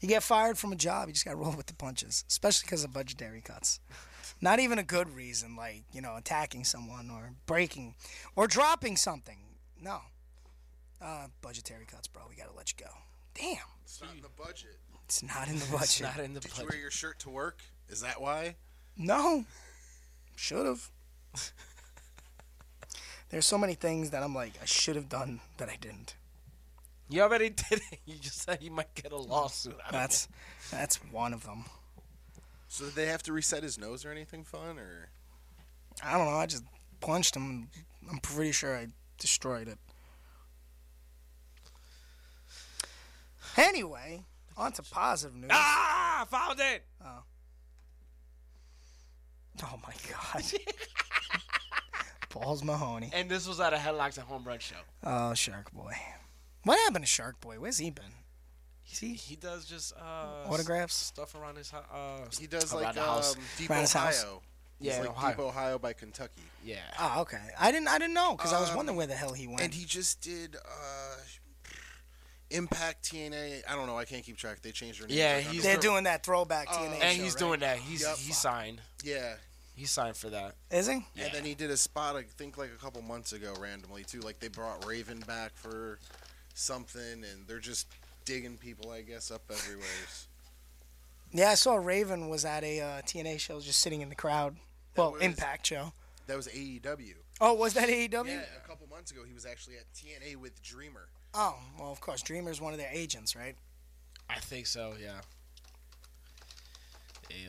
Speaker 1: You get fired from a job, you just gotta roll with the punches, especially because of budgetary cuts. Not even a good reason, like you know attacking someone or breaking or dropping something. No, uh, budgetary cuts, bro. We gotta let you go. Damn,
Speaker 4: It's not in the budget.
Speaker 1: it's not in the
Speaker 5: It's
Speaker 1: budget.
Speaker 5: not in the
Speaker 4: Did you wear
Speaker 5: budget.
Speaker 4: your shirt to work? Is that why?
Speaker 1: No. Should have. There's so many things that I'm like, I should have done that I didn't.
Speaker 5: You already did it. You just said you might get a lawsuit. out of it.
Speaker 1: That's that's one of them.
Speaker 4: So did they have to reset his nose or anything fun or
Speaker 1: I don't know, I just punched him. I'm pretty sure I destroyed it. Anyway, on to positive news.
Speaker 5: ah, I found it.
Speaker 1: Oh my god. Balls Mahoney.
Speaker 5: And this was at a Headlocks and Home Run show.
Speaker 1: Oh, Shark Boy. What happened to Shark Boy? Where's he been?
Speaker 5: He he does just uh,
Speaker 1: Autographs?
Speaker 5: stuff around his hou- uh
Speaker 4: he does
Speaker 5: Around
Speaker 4: like
Speaker 5: the house.
Speaker 4: um, Deep
Speaker 1: Around his
Speaker 4: Ohio?
Speaker 1: house.
Speaker 4: He's
Speaker 5: Yeah,
Speaker 4: like
Speaker 5: Ohio.
Speaker 4: Deep Ohio by Kentucky,
Speaker 5: yeah.
Speaker 1: Oh, okay. I didn't I didn't know because I was
Speaker 4: Um,
Speaker 1: wondering where the hell he went.
Speaker 4: and he just did uh, Impact TNA. I don't know. I can't keep track. They changed their name.
Speaker 5: Yeah,
Speaker 4: Like,
Speaker 5: he's
Speaker 4: under-
Speaker 1: They're doing that throwback TNA.
Speaker 5: And
Speaker 1: show,
Speaker 5: he's
Speaker 1: right?
Speaker 5: doing that. He's
Speaker 4: Yup.
Speaker 5: he signed.
Speaker 4: yeah.
Speaker 5: He signed for that.
Speaker 1: Is he?
Speaker 5: Yeah.
Speaker 4: And then he did a spot, I think, like a couple months ago, randomly too. Like they brought Raven back for something, and they're just digging people, I guess, up everywhere.
Speaker 1: Yeah, I saw Raven was at a uh, TNA show, just sitting in the crowd. Well,
Speaker 4: was-
Speaker 1: Impact show.
Speaker 4: that was AEW.
Speaker 1: Oh, was that AEW?
Speaker 4: Yeah, a couple months ago, he was actually at TNA with Dreamer.
Speaker 1: Oh, well, of course. Dreamer's one of their agents, right?
Speaker 5: I think so. Yeah.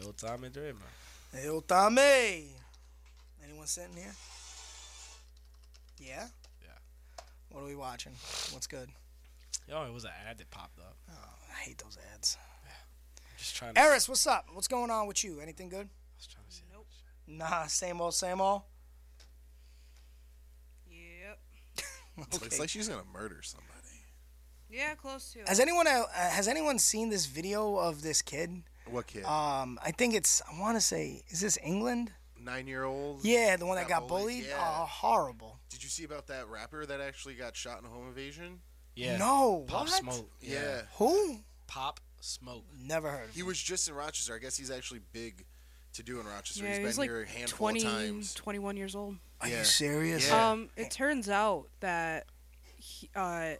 Speaker 5: El Tommy Dreamer.
Speaker 1: El Tommy. Anyone sitting here? Yeah?
Speaker 5: Yeah.
Speaker 1: What are we watching? What's good?
Speaker 5: Yo, it was an ad that popped up.
Speaker 1: I hate those ads.
Speaker 5: I'm just trying to.
Speaker 1: Eris, what's up? What's going on with you? Anything good?
Speaker 5: I was trying to see.
Speaker 3: Nope.
Speaker 1: Nah, same old, same old.
Speaker 3: Yep.
Speaker 4: Looks like she's gonna murder somebody.
Speaker 3: Yeah, close to it.
Speaker 1: Has anyone uh, has anyone seen this video of this kid?
Speaker 4: What kid?
Speaker 5: Uh,
Speaker 1: Um, I think it's I want to say is this England?
Speaker 4: Nine year old.
Speaker 1: Yeah, the one that
Speaker 4: Got
Speaker 1: got bullied.
Speaker 4: bullied, yeah.
Speaker 1: Oh, horrible.
Speaker 4: Did you see about that rapper that actually got shot in a home invasion?
Speaker 5: Yeah.
Speaker 1: No,
Speaker 5: Pop
Speaker 1: what?
Speaker 5: Smoke.
Speaker 4: Yeah.
Speaker 1: Who?
Speaker 5: Pop Smoke.
Speaker 1: Never heard. Of
Speaker 4: He was just in Rochester. I guess he's actually big to do in Rochester.
Speaker 3: yeah,
Speaker 4: he's
Speaker 3: he's
Speaker 4: been
Speaker 3: like
Speaker 4: here a handful
Speaker 3: 20,
Speaker 4: of times.
Speaker 3: 21 years old.
Speaker 1: Are
Speaker 4: Yeah.
Speaker 1: you serious?
Speaker 4: Yeah.
Speaker 3: Um, it turns out that he, uh,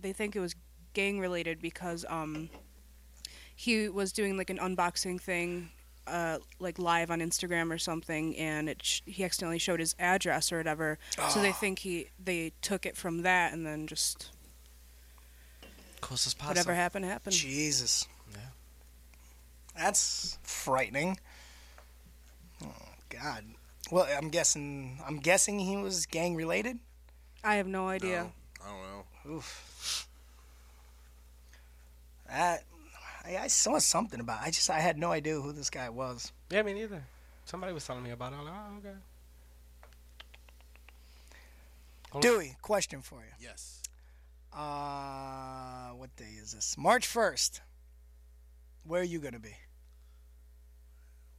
Speaker 3: they think it was gang related because um, he was doing like an unboxing thing, uh, like live on Instagram or something, and it sh- he accidentally showed his address or whatever. So they think he they took it from that and then just
Speaker 5: Close as possible.
Speaker 3: whatever happened happened.
Speaker 1: Jesus.
Speaker 5: Yeah.
Speaker 1: That's frightening. Oh God. Well, I'm guessing. I'm guessing he was gang related.
Speaker 3: I have no idea.
Speaker 4: Um, I don't know.
Speaker 1: Oof. That I, I saw something about. I just I had no idea who this guy was.
Speaker 5: Yeah, me neither. Somebody was telling me about it. I'm like, oh, okay.
Speaker 1: Dewey, question for you.
Speaker 4: Yes.
Speaker 1: Uh, what day is this? March first. Where are you gonna be?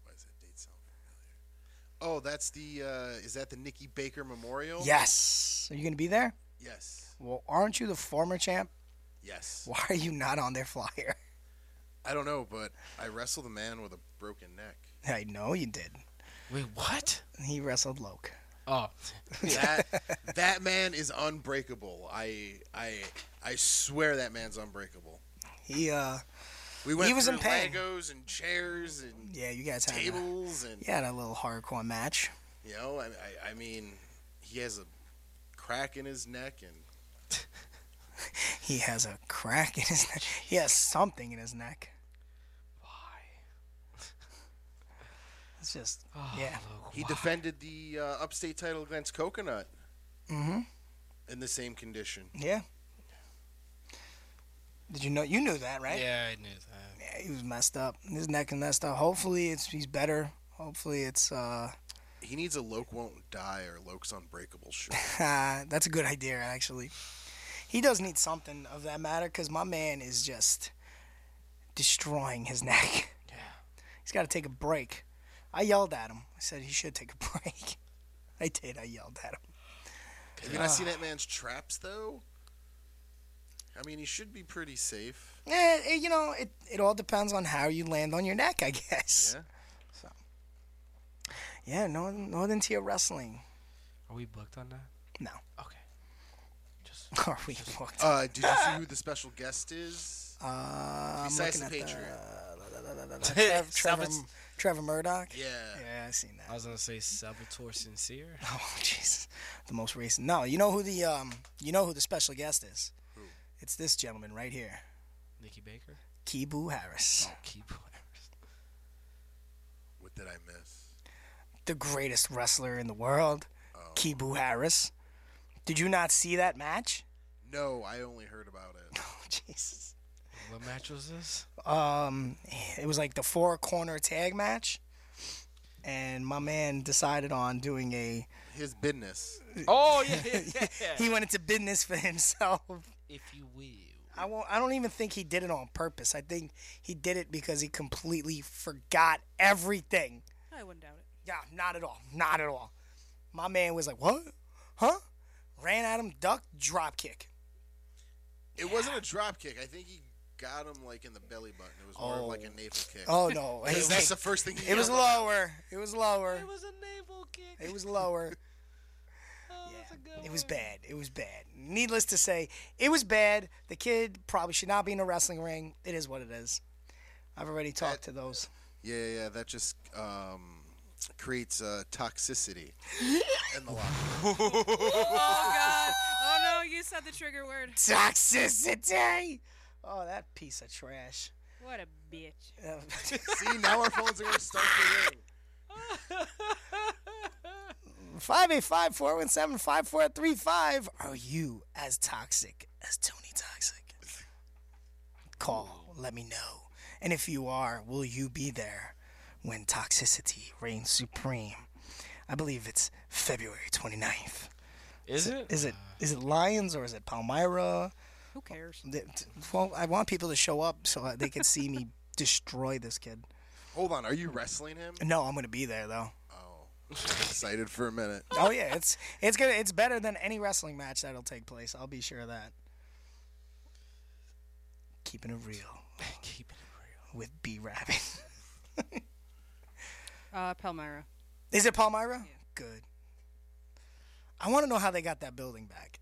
Speaker 4: Why does that date sound familiar? Oh, that's the. Uh, is that the Nikki Baker Memorial?
Speaker 1: Yes. Are you gonna be there?
Speaker 4: Yes.
Speaker 1: Well, aren't you the former champ?
Speaker 4: Yes.
Speaker 1: Why are you not on their flyer?
Speaker 4: I don't know, but I wrestled a man with a broken neck.
Speaker 1: I know you did.
Speaker 5: Wait, what?
Speaker 1: He wrestled Loke.
Speaker 5: Oh,
Speaker 4: That that man is unbreakable. I I I swear that man's unbreakable.
Speaker 1: He uh,
Speaker 4: We went
Speaker 1: He was
Speaker 4: through
Speaker 1: in pain.
Speaker 4: Legos and chairs and
Speaker 1: yeah, you guys had a,
Speaker 4: tables and
Speaker 1: you had a little hardcore match.
Speaker 4: you know I, I I mean he has a crack in his neck and
Speaker 1: He has a crack in his neck. He has something in his neck. Why? It's just yeah.
Speaker 4: he defended the uh, upstate title against Coconut. Mm-hmm. In the same condition.
Speaker 1: Yeah. Did you know you knew that, right?
Speaker 5: yeah, I knew that.
Speaker 1: Yeah, he was messed up. His neck is messed up. Hopefully it's he's better. Hopefully it's uh
Speaker 4: He needs a Loke won't die or Loke's unbreakable shirt.
Speaker 1: Uh, that's a good idea actually. He does need something of that matter cuz my man is just destroying his neck. Yeah. He's got to take a break. I yelled at him. I said he should take a break. I did. I yelled at him.
Speaker 4: Have you not seen that man's traps though? I mean, he should be pretty safe.
Speaker 1: Eh, eh, you know, it, it all depends on how you land on your neck, I guess.
Speaker 4: Yeah.
Speaker 1: So. Yeah, Northern, Northern Tier Wrestling.
Speaker 5: Are we booked on that?
Speaker 1: No.
Speaker 5: Okay. Just
Speaker 1: Are we booked?
Speaker 4: Uh, did you see who the special guest is?
Speaker 1: Uh, I'm
Speaker 4: Besides
Speaker 1: looking
Speaker 4: the
Speaker 1: at
Speaker 4: Patriot.
Speaker 1: the, Trev, Trevor,
Speaker 5: Salvage-
Speaker 1: Trevor Murdoch.
Speaker 4: yeah.
Speaker 1: Yeah, I seen that.
Speaker 5: I was gonna say Saboteur Sincere.
Speaker 1: Oh, Jesus, the most recent. No, you know who the um, you know who the special guest is? It's this gentleman right here,
Speaker 5: Nikki Baker.
Speaker 1: Kibu Harris,
Speaker 5: Keep.
Speaker 4: What did I miss?
Speaker 1: the greatest wrestler in the world.
Speaker 5: Oh.
Speaker 1: Kibu Harris. Did you not see that match?
Speaker 4: No, I only heard about it.
Speaker 1: Oh, Jesus.
Speaker 5: What match was this?
Speaker 1: um it was like the four corner tag match and my man decided on doing a
Speaker 4: His business.
Speaker 5: Oh yeah, yeah, yeah.
Speaker 1: he went into business for himself
Speaker 5: if you will.
Speaker 1: i won't i don't even think he did it on purpose i think he did it because he completely forgot everything
Speaker 3: I wouldn't doubt it.
Speaker 1: yeah not at all not at all my man was like what huh ran at him duck drop kick
Speaker 4: It wasn't a drop kick. I think he got him like in the belly button. It was more of like a
Speaker 1: Oh.
Speaker 4: navel kick.
Speaker 1: Oh no,
Speaker 4: Because that's
Speaker 1: it,
Speaker 4: the first thing. He
Speaker 1: it was
Speaker 4: yelled.
Speaker 1: lower. It was lower.
Speaker 5: It was a navel kick.
Speaker 1: It was lower.
Speaker 5: Oh, that's a good
Speaker 1: It was
Speaker 5: one.
Speaker 1: bad. It was bad. Needless to say, it was bad. The kid probably should not be in a wrestling ring. It is what it is. I've already talked to those.
Speaker 4: Yeah, yeah, yeah, that just um, creates uh, toxicity in the locker. room.
Speaker 3: Oh God! Oh no! You said the trigger word.
Speaker 1: Toxicity! Oh, that piece of trash.
Speaker 3: What a bitch.
Speaker 1: Uh,
Speaker 4: See, now our phones are gonna start to ring.
Speaker 1: 585 417 5435. Are you as toxic as Tony Toxic? Call, let me know. And if you are, will you be there when toxicity reigns supreme? I believe it's February 29th.
Speaker 5: Is it?
Speaker 1: Is it is it Lions or is it Palmyra?
Speaker 3: Who cares?
Speaker 1: Th- t- Well, I want people to show up so that they can see me destroy this kid.
Speaker 4: Hold on, are you wrestling him?
Speaker 1: No, I'm going to be there though.
Speaker 4: Oh, I'm excited for a minute.
Speaker 1: Oh yeah, it's it's good. It's better than any wrestling match that'll take place. I'll be sure of that. Keeping it real
Speaker 5: Keep it real.
Speaker 1: with B Rabbit.
Speaker 3: Uh, Palmyra.
Speaker 1: Is it Palmyra? Good. I want to know how they got that building back.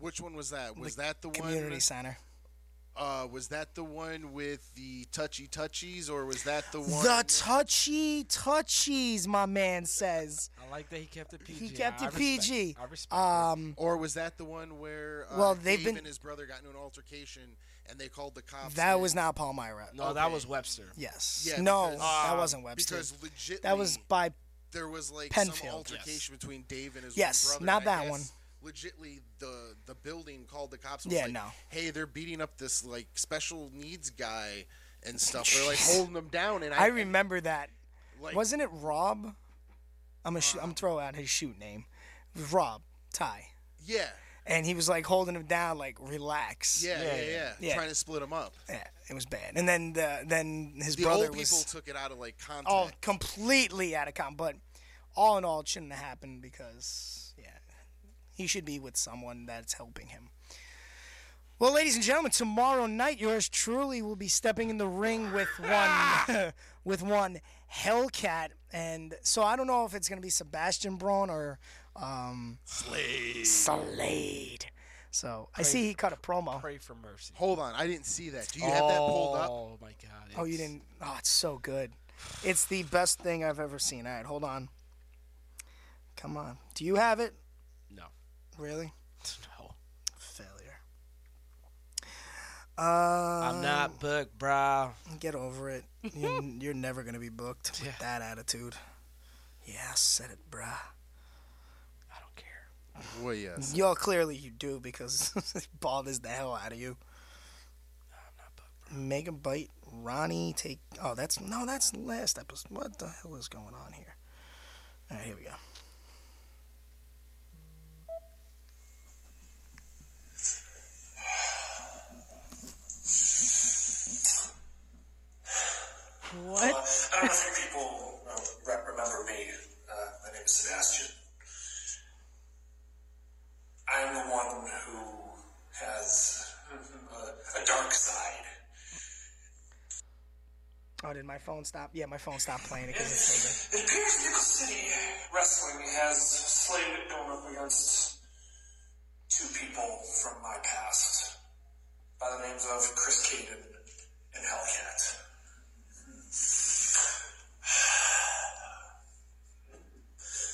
Speaker 4: Which one was that? Was that the
Speaker 1: Community
Speaker 4: one?
Speaker 1: center.
Speaker 4: Uh, was that the one with the touchy touchies, or was that the one?
Speaker 1: The touchy touchies, my man says.
Speaker 5: I like that he kept it PG.
Speaker 1: He kept it
Speaker 5: I respect-
Speaker 1: PG.
Speaker 5: I respect.
Speaker 1: Um,
Speaker 4: or was that the one where uh,
Speaker 1: Well, they've
Speaker 4: Dave
Speaker 1: been-
Speaker 4: and his brother got into an altercation and they called the cops?
Speaker 1: that
Speaker 4: and-
Speaker 1: was not Palmyra.
Speaker 5: it. no, that was Webster.
Speaker 1: Yes.
Speaker 4: Yeah,
Speaker 1: no,
Speaker 4: because- uh,
Speaker 1: that wasn't Webster.
Speaker 4: because legit
Speaker 1: that was by
Speaker 4: there was like some
Speaker 1: Penfield.
Speaker 4: altercation between Dave and his
Speaker 1: Yes,
Speaker 4: one brother.
Speaker 1: not
Speaker 4: and I
Speaker 1: that
Speaker 4: guess
Speaker 1: one.
Speaker 4: Legitly, the the building called the cops. And was
Speaker 1: Yeah,
Speaker 4: like,
Speaker 1: no.
Speaker 4: Hey, they're beating up this like special needs guy and stuff. They're like holding him down, and I,
Speaker 1: I remember that.
Speaker 4: like,
Speaker 1: Wasn't it Rob? I'm gonna shoot I'm throw out his shoot name. It was Rob Ty,
Speaker 4: Yeah,
Speaker 1: and he was like holding him down, like relax.
Speaker 4: yeah, yeah, yeah,
Speaker 1: yeah.
Speaker 4: Trying to split him up.
Speaker 1: Yeah, it was bad. And then the then his
Speaker 4: The old
Speaker 1: brother
Speaker 4: people
Speaker 1: was Oh.
Speaker 4: took it out of like contact.
Speaker 1: all completely out of comp. But all in all, it shouldn't have happened because yeah, he should be with someone that's helping him. Well, ladies and gentlemen, tomorrow night, yours truly will be stepping in the ring with one, with one Hellcat, and so I don't know if it's going to be Sebastian Braun or um, Slade. Slade. So I see he cut a promo.
Speaker 5: Pray for mercy.
Speaker 4: Hold on, I didn't see that. Do you have that pulled up?
Speaker 5: Oh my God.
Speaker 1: Oh, you
Speaker 5: it's-
Speaker 1: didn't. Oh, it's so good. It's the best thing I've ever seen. All right, hold on. Come on. Do you have it?
Speaker 5: No.
Speaker 1: Really?
Speaker 5: No.
Speaker 1: Failure. Uh,
Speaker 5: I'm not booked, bro.
Speaker 1: get over it. You're, you're never gonna be booked with
Speaker 5: Yeah.
Speaker 1: that attitude. Yeah, I said it, bruh.
Speaker 5: I don't care.
Speaker 1: Oh,
Speaker 4: Well, yes.
Speaker 1: Y'all clearly you do because it bothers the hell out of you.
Speaker 5: I'm not booked.
Speaker 1: Mega Bite, Ronnie take. Oh, that's no, that's last episode. What the hell is going on here? All right, here we go.
Speaker 6: Um, I don't know if you people uh, re- remember me. Uh, my name is Sebastian. I am the one who has uh, a, a dark side.
Speaker 1: Oh, did my phone stop? Yeah, my phone stopped playing because it's so
Speaker 6: It appears Nickel City Wrestling has slammed it door up against two people from my past by the names of Chris Caden and Hellcat.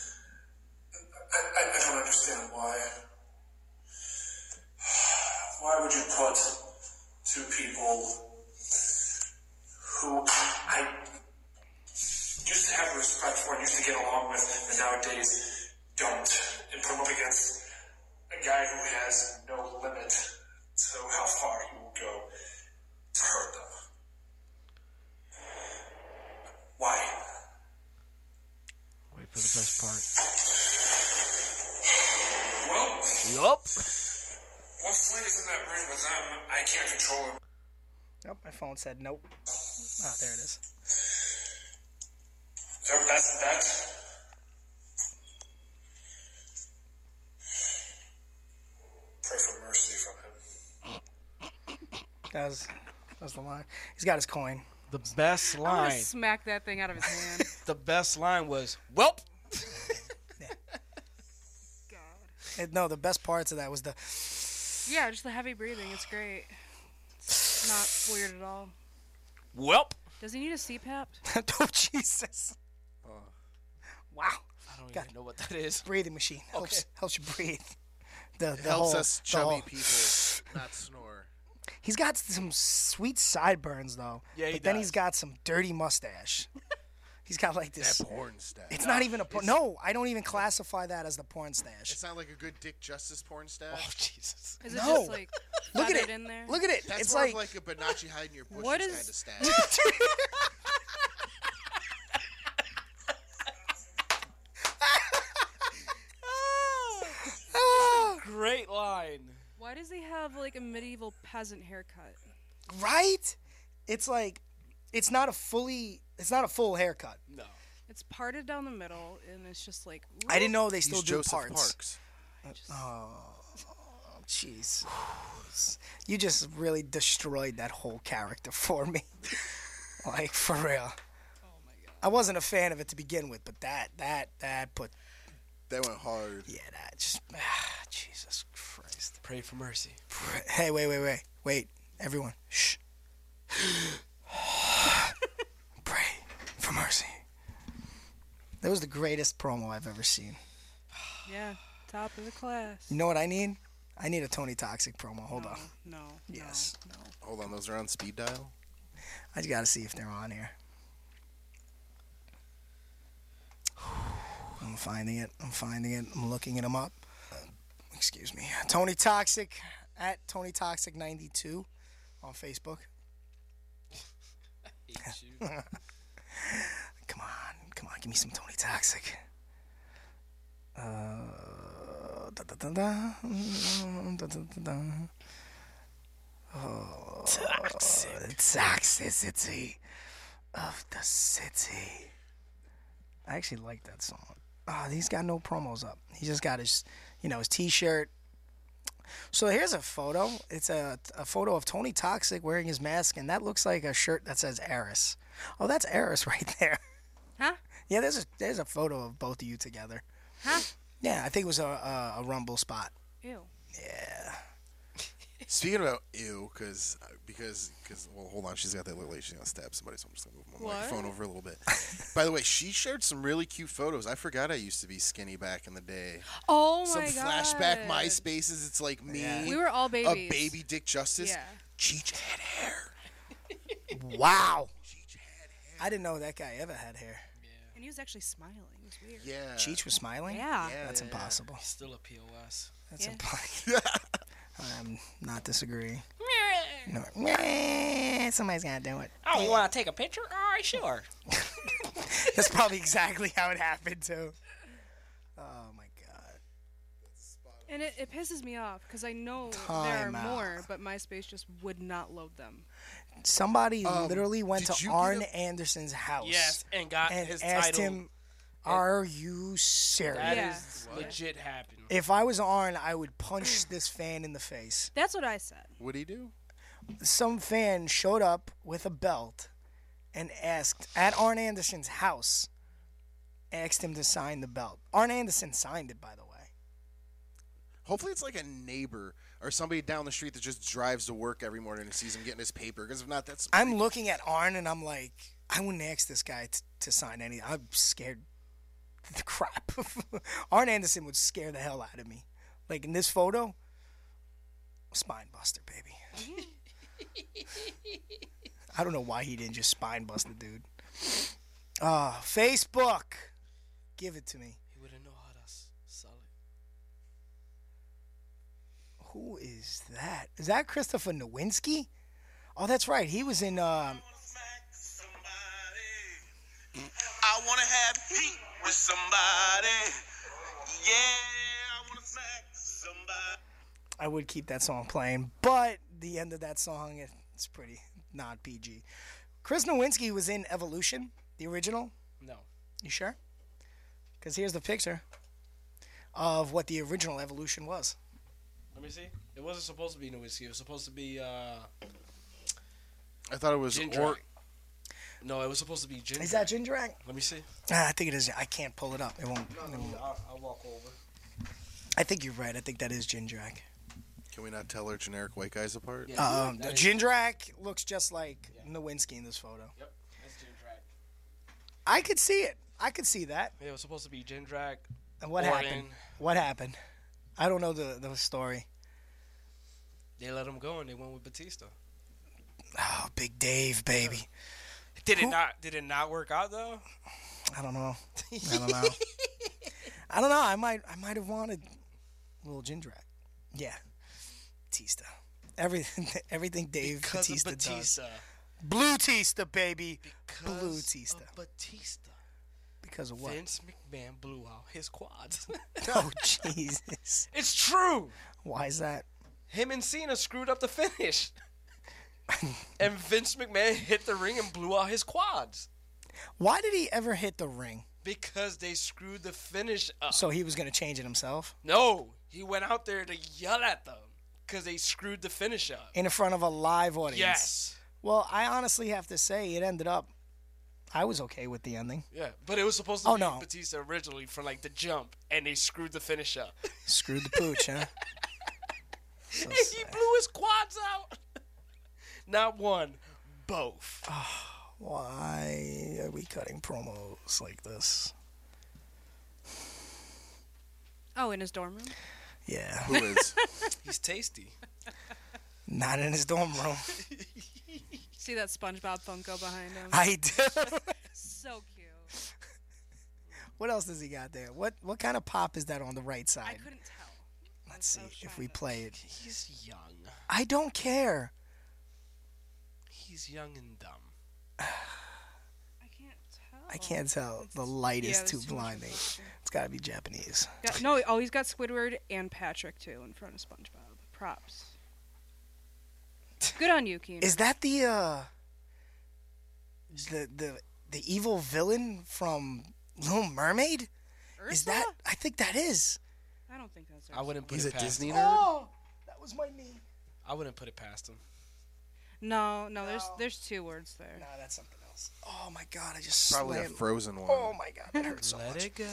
Speaker 6: I, I, I don't understand why. Why would you put two people who I used to have respect for and used to get along with, and nowadays don't, and put him up against a guy who has no limit to how far he will go to hurt them. Why?
Speaker 5: Wait for the best part.
Speaker 6: Well,
Speaker 5: Yup.
Speaker 6: once Slade's in that ring with them, I can't control him.
Speaker 1: big. Nope, my phone said nope. Oh, there it is.
Speaker 6: Their best bet pray for mercy from him.
Speaker 1: That was, that was the line. He's got his coin.
Speaker 5: The best
Speaker 3: I'm gonna
Speaker 5: line.
Speaker 3: smack that thing out of his hand.
Speaker 5: The best line was, "Welp."
Speaker 3: God.
Speaker 1: And Eh, no, the best parts of that was the.
Speaker 3: Yeah, just the heavy breathing. It's great. It's not weird at all.
Speaker 5: Welp.
Speaker 3: Does he need a CPAP?
Speaker 1: oh Jesus!
Speaker 4: Oh.
Speaker 1: Wow,
Speaker 5: I don't
Speaker 1: God.
Speaker 5: even know what that is.
Speaker 1: breathing machine helps helps you breathe. The, the
Speaker 4: Helps
Speaker 1: whole-
Speaker 4: us
Speaker 1: the
Speaker 4: chubby
Speaker 1: whole-
Speaker 4: people not snore.
Speaker 1: He's got some sweet sideburns though.
Speaker 5: Yeah, he
Speaker 1: But then
Speaker 5: does.
Speaker 1: he's got some dirty mustache. he's got like this.
Speaker 4: Porn stash.
Speaker 1: It's not even a porn. No, I don't even classify that as the porn stash.
Speaker 4: It's not like a good Dick Justice porn stash.
Speaker 5: Oh Jesus.
Speaker 3: Is it
Speaker 1: No.
Speaker 3: just like
Speaker 1: Look at
Speaker 3: feathered
Speaker 1: it.
Speaker 3: in there?
Speaker 1: Look at it.
Speaker 4: That's
Speaker 1: it's
Speaker 4: more
Speaker 1: like,
Speaker 4: of like a Bonacci hiding your bushes
Speaker 3: What
Speaker 4: kind of
Speaker 3: is-
Speaker 4: stash.
Speaker 1: Ah,
Speaker 5: Great line.
Speaker 3: Why does he have like a medieval peasant haircut?
Speaker 1: right? It's like, it's not a fully, it's not a full haircut.
Speaker 5: No.
Speaker 3: It's parted down the middle, and it's just like.
Speaker 1: I didn't know they
Speaker 4: He's
Speaker 1: still do
Speaker 4: Joseph
Speaker 1: parts.
Speaker 4: Parks.
Speaker 1: Jeez. You just really destroyed that whole character for me. like for real. I wasn't a fan of it to begin with, but that that that put
Speaker 4: They went hard.
Speaker 1: yeah that just ah, Jesus Christ.
Speaker 5: Pray for mercy.
Speaker 1: Hey wait wait wait wait everyone shh. Pray for mercy. That was the greatest promo I've ever seen.
Speaker 3: Yeah, top of the class.
Speaker 1: You know what I need? I need a Tony Toxic promo. Hold on.
Speaker 3: No. no,
Speaker 1: Yes.
Speaker 3: No.
Speaker 4: Hold on, those are on speed dial.
Speaker 1: I just gotta see if they're on here. I'm finding it. I'm finding it. I'm looking them up. Excuse me. Tony Toxic at Tony Toxic 92 on Facebook. Come on, come on, give me some Tony Toxic. Uh, da, da, da, da, mm, da, da, da, da. Oh, toxicity of the city. I actually like that song. Ah, he's got no promos up. He just got his, you know, his T-shirt. So here's a photo. It's a, a photo of Tony Toxic wearing his mask, and that looks like a shirt that says Eris. Oh, that's Eris right there.
Speaker 3: Huh?
Speaker 1: Yeah, there's a there's a photo of both of you together.
Speaker 3: Huh?
Speaker 1: Yeah, I think it was a a, a Rumble spot.
Speaker 3: Ew.
Speaker 4: Speaking about ew, because because because well, hold on, she's got that look like she's gonna stab somebody, so I'm just gonna move my
Speaker 3: What?
Speaker 4: microphone over a little bit. By the way, she shared some really cute photos. I forgot I used to be skinny back in the day.
Speaker 3: Oh
Speaker 4: some
Speaker 3: my god.
Speaker 4: flashback MySpaces. It's like me,
Speaker 3: We were all
Speaker 4: a
Speaker 3: babies.
Speaker 4: baby Dick Justice.
Speaker 3: Yeah.
Speaker 4: Cheech had hair.
Speaker 1: Wow. I didn't know that guy ever had hair.
Speaker 3: And he was actually smiling. It was weird.
Speaker 4: Yeah,
Speaker 1: Cheech was smiling.
Speaker 3: Yeah.
Speaker 1: That's impossible.
Speaker 5: Still a POS.
Speaker 1: That's
Speaker 3: Yeah.
Speaker 1: impossible. I'm not disagreeing. No. Meh, Somebody's gonna do it.
Speaker 5: Oh, you want to take a picture? All right, sure.
Speaker 1: That's probably exactly how it happened too. Oh my god.
Speaker 3: And it, it pisses me off because I know there
Speaker 1: Time
Speaker 3: are
Speaker 1: out.
Speaker 3: more, but MySpace just would not load them.
Speaker 1: Somebody
Speaker 4: Um,
Speaker 1: literally went
Speaker 4: did
Speaker 1: to
Speaker 4: you get
Speaker 1: Arn
Speaker 4: a-
Speaker 1: Anderson's house.
Speaker 5: Yes, and got
Speaker 1: And
Speaker 5: his
Speaker 1: asked
Speaker 5: title.
Speaker 1: him, "Are you serious?"
Speaker 5: That is
Speaker 3: Yeah.
Speaker 5: legit happened.
Speaker 1: If I was Arn, I would punch this fan in the face.
Speaker 3: That's what I said.
Speaker 4: What'd he do?
Speaker 1: Some fan showed up with a belt and asked at Arn Anderson's house, asked him to sign the belt. Arn Anderson signed it, by the way.
Speaker 4: Hopefully, it's like a neighbor or somebody down the street that just drives to work every morning and sees him getting his paper. Because if not, that's
Speaker 1: I'm looking at Arn and I'm like, I wouldn't ask this guy t- to sign any. I'm scared the crap. Arn Anderson would scare the hell out of me. Like in this photo, spine buster, baby. I don't know why he didn't just spine bust the dude. Uh, Facebook, give it to me.
Speaker 5: He wouldn't know how to s- sell it.
Speaker 1: Who is that? Is that Christopher Nowinski? Oh, that's right. He was in. Um,
Speaker 7: I wanna have heat with somebody. Yeah, I wanna smack somebody.
Speaker 1: I would keep that song playing, but the end of that song it's pretty not PG. Chris Nowinski was in Evolution, the original.
Speaker 5: No.
Speaker 1: You sure? Because here's the picture of what the original Evolution was.
Speaker 5: Let me see. It wasn't supposed to be Nowitzki. It was supposed to be uh,
Speaker 4: I thought it was
Speaker 5: Gin
Speaker 4: or-
Speaker 5: drink. No, it was supposed to be gin.
Speaker 1: Is that ginger ale?
Speaker 5: Let me see.
Speaker 1: Ah, I think it is. I can't pull it up. It won't. it won't-
Speaker 5: I'll, I'll walk over.
Speaker 1: I think you're right. I think that is ginger ale.
Speaker 4: Can we not tell our generic white guys apart?
Speaker 5: Yeah,
Speaker 1: Um,
Speaker 5: that is-
Speaker 1: ginger ale looks just like Nowinski in this photo.
Speaker 5: Yep, that's gin drag.
Speaker 1: I could see it. I could see that.
Speaker 5: Yeah, it was supposed to be gin drag.
Speaker 1: And what
Speaker 5: Gordon.
Speaker 1: happened? What happened? I don't know the the story.
Speaker 5: They let him go and they went with Batista.
Speaker 1: Oh, Big Dave, baby.
Speaker 5: Did it not? Did it not work out though?
Speaker 1: I don't know. I don't know. I don't know. I might I might have wanted a little ginger ale. Yeah, Batista. Everything everything Dave
Speaker 5: Because
Speaker 1: Batista,
Speaker 5: of
Speaker 1: does.
Speaker 5: Batista.
Speaker 1: Blue Tista, baby.
Speaker 5: Because
Speaker 1: Blue Tista.
Speaker 5: of Batista.
Speaker 1: Because of what?
Speaker 5: Vince McMahon blew out his quads.
Speaker 1: Oh Jesus!
Speaker 5: it's true.
Speaker 1: Why is that?
Speaker 5: Him and Cena screwed up the finish. and Vince McMahon hit the ring and blew out his quads
Speaker 1: Why did he ever hit the ring?
Speaker 5: because they screwed the finish up.
Speaker 1: So he was gonna change it himself
Speaker 5: No, he went out there to yell at them because they screwed the finish up.
Speaker 1: in front of a live audience.
Speaker 5: Yes.
Speaker 1: Well, I honestly have to say it ended up. I was okay with the ending.
Speaker 5: Yeah, but it was supposed to
Speaker 1: Oh,
Speaker 5: be
Speaker 1: no.
Speaker 5: Batista originally for like the jump, and they screwed the finish up.
Speaker 1: Screwed the pooch, huh? So
Speaker 5: and he
Speaker 1: sad.
Speaker 5: blew his quads out. Not one, both.
Speaker 4: Uh,
Speaker 1: Why are we cutting promos like this?
Speaker 3: Oh, in his dorm room.
Speaker 1: Yeah,
Speaker 4: Who is?
Speaker 5: He's tasty.
Speaker 1: not in his dorm room.
Speaker 3: See that SpongeBob Funko behind him?
Speaker 1: I do.
Speaker 3: so cute.
Speaker 1: What else does he got there? What what kind of pop is that on the right
Speaker 3: I
Speaker 1: side?
Speaker 3: couldn't tell.
Speaker 1: Let's see if we play it.
Speaker 5: He's young.
Speaker 1: I don't care.
Speaker 5: He's young and dumb.
Speaker 3: I can't tell.
Speaker 1: I can't tell. The light
Speaker 3: Oh, Yeah,
Speaker 1: is
Speaker 3: that's
Speaker 1: too
Speaker 3: too much
Speaker 1: blinding. It's got to be Japanese.
Speaker 3: Got- no, oh, he's got Squidward and Patrick too in front of SpongeBob. Props. Good on you, Keenan.
Speaker 1: Is that the uh the the the evil villain from Little Mermaid? Is
Speaker 3: Ursula?
Speaker 1: that I think that is.
Speaker 3: I don't think that's.
Speaker 5: I wouldn't put
Speaker 4: He's
Speaker 5: it
Speaker 4: a
Speaker 5: past
Speaker 4: Disney nerd.
Speaker 1: Oh, that was my knee.
Speaker 5: I wouldn't put it past him.
Speaker 3: No, no, there's
Speaker 1: No.
Speaker 3: there's two words there.
Speaker 1: Nah, Ah, that's something else. Oh my god, I just
Speaker 4: Probably a
Speaker 1: slammed.
Speaker 4: frozen one.
Speaker 1: Oh my god, that hurts so
Speaker 5: Let
Speaker 1: much.
Speaker 5: it go.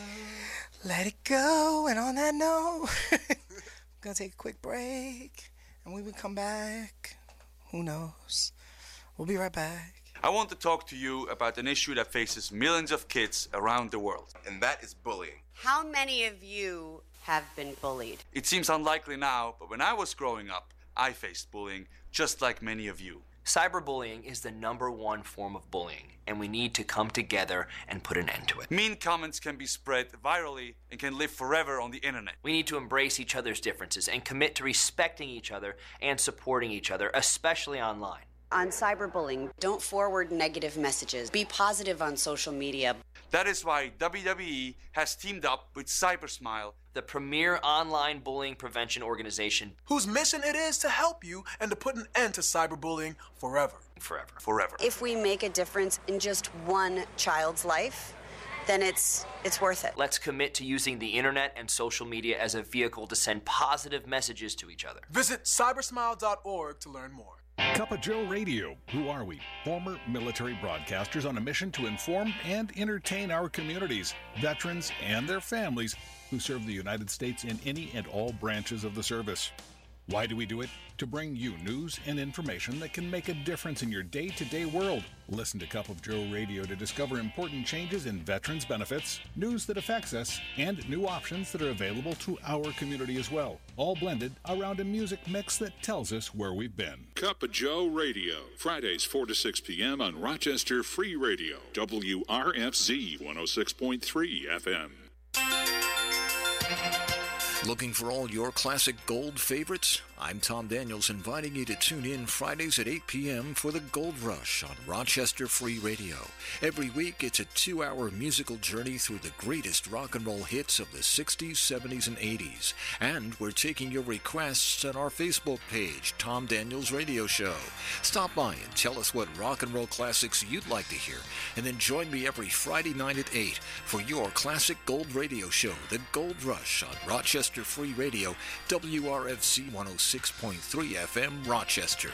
Speaker 1: Let it go. And on that note, we're gonna take a quick break, and we will come back. Who knows? We'll be right back.
Speaker 8: I want to talk to you about an issue that faces millions of kids around the world.
Speaker 7: And that is bullying.
Speaker 9: How many of you have been bullied?
Speaker 8: It seems unlikely now, but when I was growing up, I faced bullying, just like many of you.
Speaker 10: Cyberbullying is the number one form of bullying, and we need to come together and put an end to it.
Speaker 8: Mean comments can be spread virally and can live forever on the internet.
Speaker 10: We need to embrace each other's differences and commit to respecting each other and supporting each other, especially online.
Speaker 9: On cyberbullying, don't forward negative messages. Be positive on social media.
Speaker 8: That is why WWE has teamed up with Cybersmile
Speaker 10: The premier online bullying prevention organization
Speaker 11: whose mission it is to help you and to put an end to cyberbullying forever.
Speaker 10: forever.
Speaker 8: forever.
Speaker 9: If we make a difference in just one child's life, then it's it's worth it.
Speaker 10: Let's commit to using the internet and social media as a vehicle to send positive messages to each other.
Speaker 11: Visit cybersmile.org to learn more.
Speaker 12: Cup of Joe Radio. Who are we? Former military broadcasters on a mission to inform and entertain our communities, veterans, and their families who serve the United States in any and all branches of the service. Why do we do it? To bring you news and information that can make a difference in your day to day world. Listen to Cup of Joe Radio to discover important changes in veterans' benefits, news that affects us, and new options that are available to our community as well, all blended around a music mix that tells us where we've been.
Speaker 11: Cup of Joe Radio, Fridays 4 to 6 p.m. on Rochester Free Radio, WRFZ 106.3 FM.
Speaker 2: Looking for all your classic gold favorites? I'm Tom Daniels, inviting you to tune in Fridays at 8 p.m. for the Gold Rush on Rochester Free Radio. Every week, it's a two hour musical journey through the greatest rock and roll hits of the 60s, 70s, and 80s. And we're taking your requests on our Facebook page, Tom Daniels Radio Show. Stop by and tell us what rock and roll classics you'd like to hear, and then join me every Friday night at 8 for your classic gold radio show, The Gold Rush, on Rochester Free Radio, WRFC 106.3 FM, Rochester.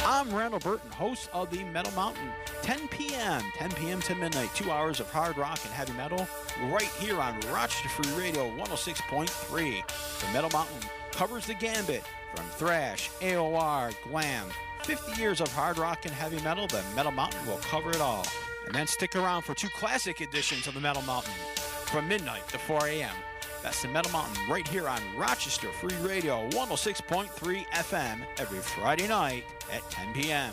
Speaker 13: I'm Randall Burton, host of the Metal Mountain. 10 p.m., 10 p.m. to midnight, two hours of hard rock and heavy metal right here on Rochester Free Radio 106.3. The Metal Mountain covers the gambit from thrash, AOR, glam. 50 years of hard rock and heavy metal, the Metal Mountain will cover it all. And then stick around for two classic editions of the Metal Mountain from midnight to 4 a.m. That's the Metal Mountain right here on Rochester Free Radio 106.3 FM every Friday night at 10 p.m.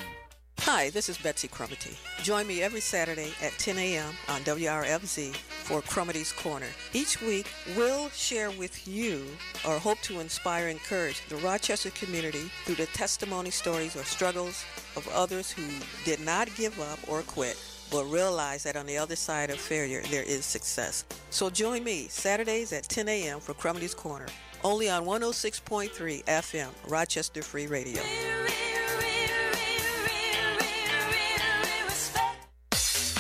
Speaker 14: Hi, this is Betsy Crumity. Join me every Saturday at 10 a.m. on WRFZ for Crumity's Corner. Each week, we'll share with you or hope to inspire and encourage the Rochester community through the testimony stories or struggles of others who did not give up or quit, but realize that on the other side of failure, there is success. So join me Saturdays at 10 a.m. for Crumity's Corner, only on 106.3 FM, Rochester Free Radio.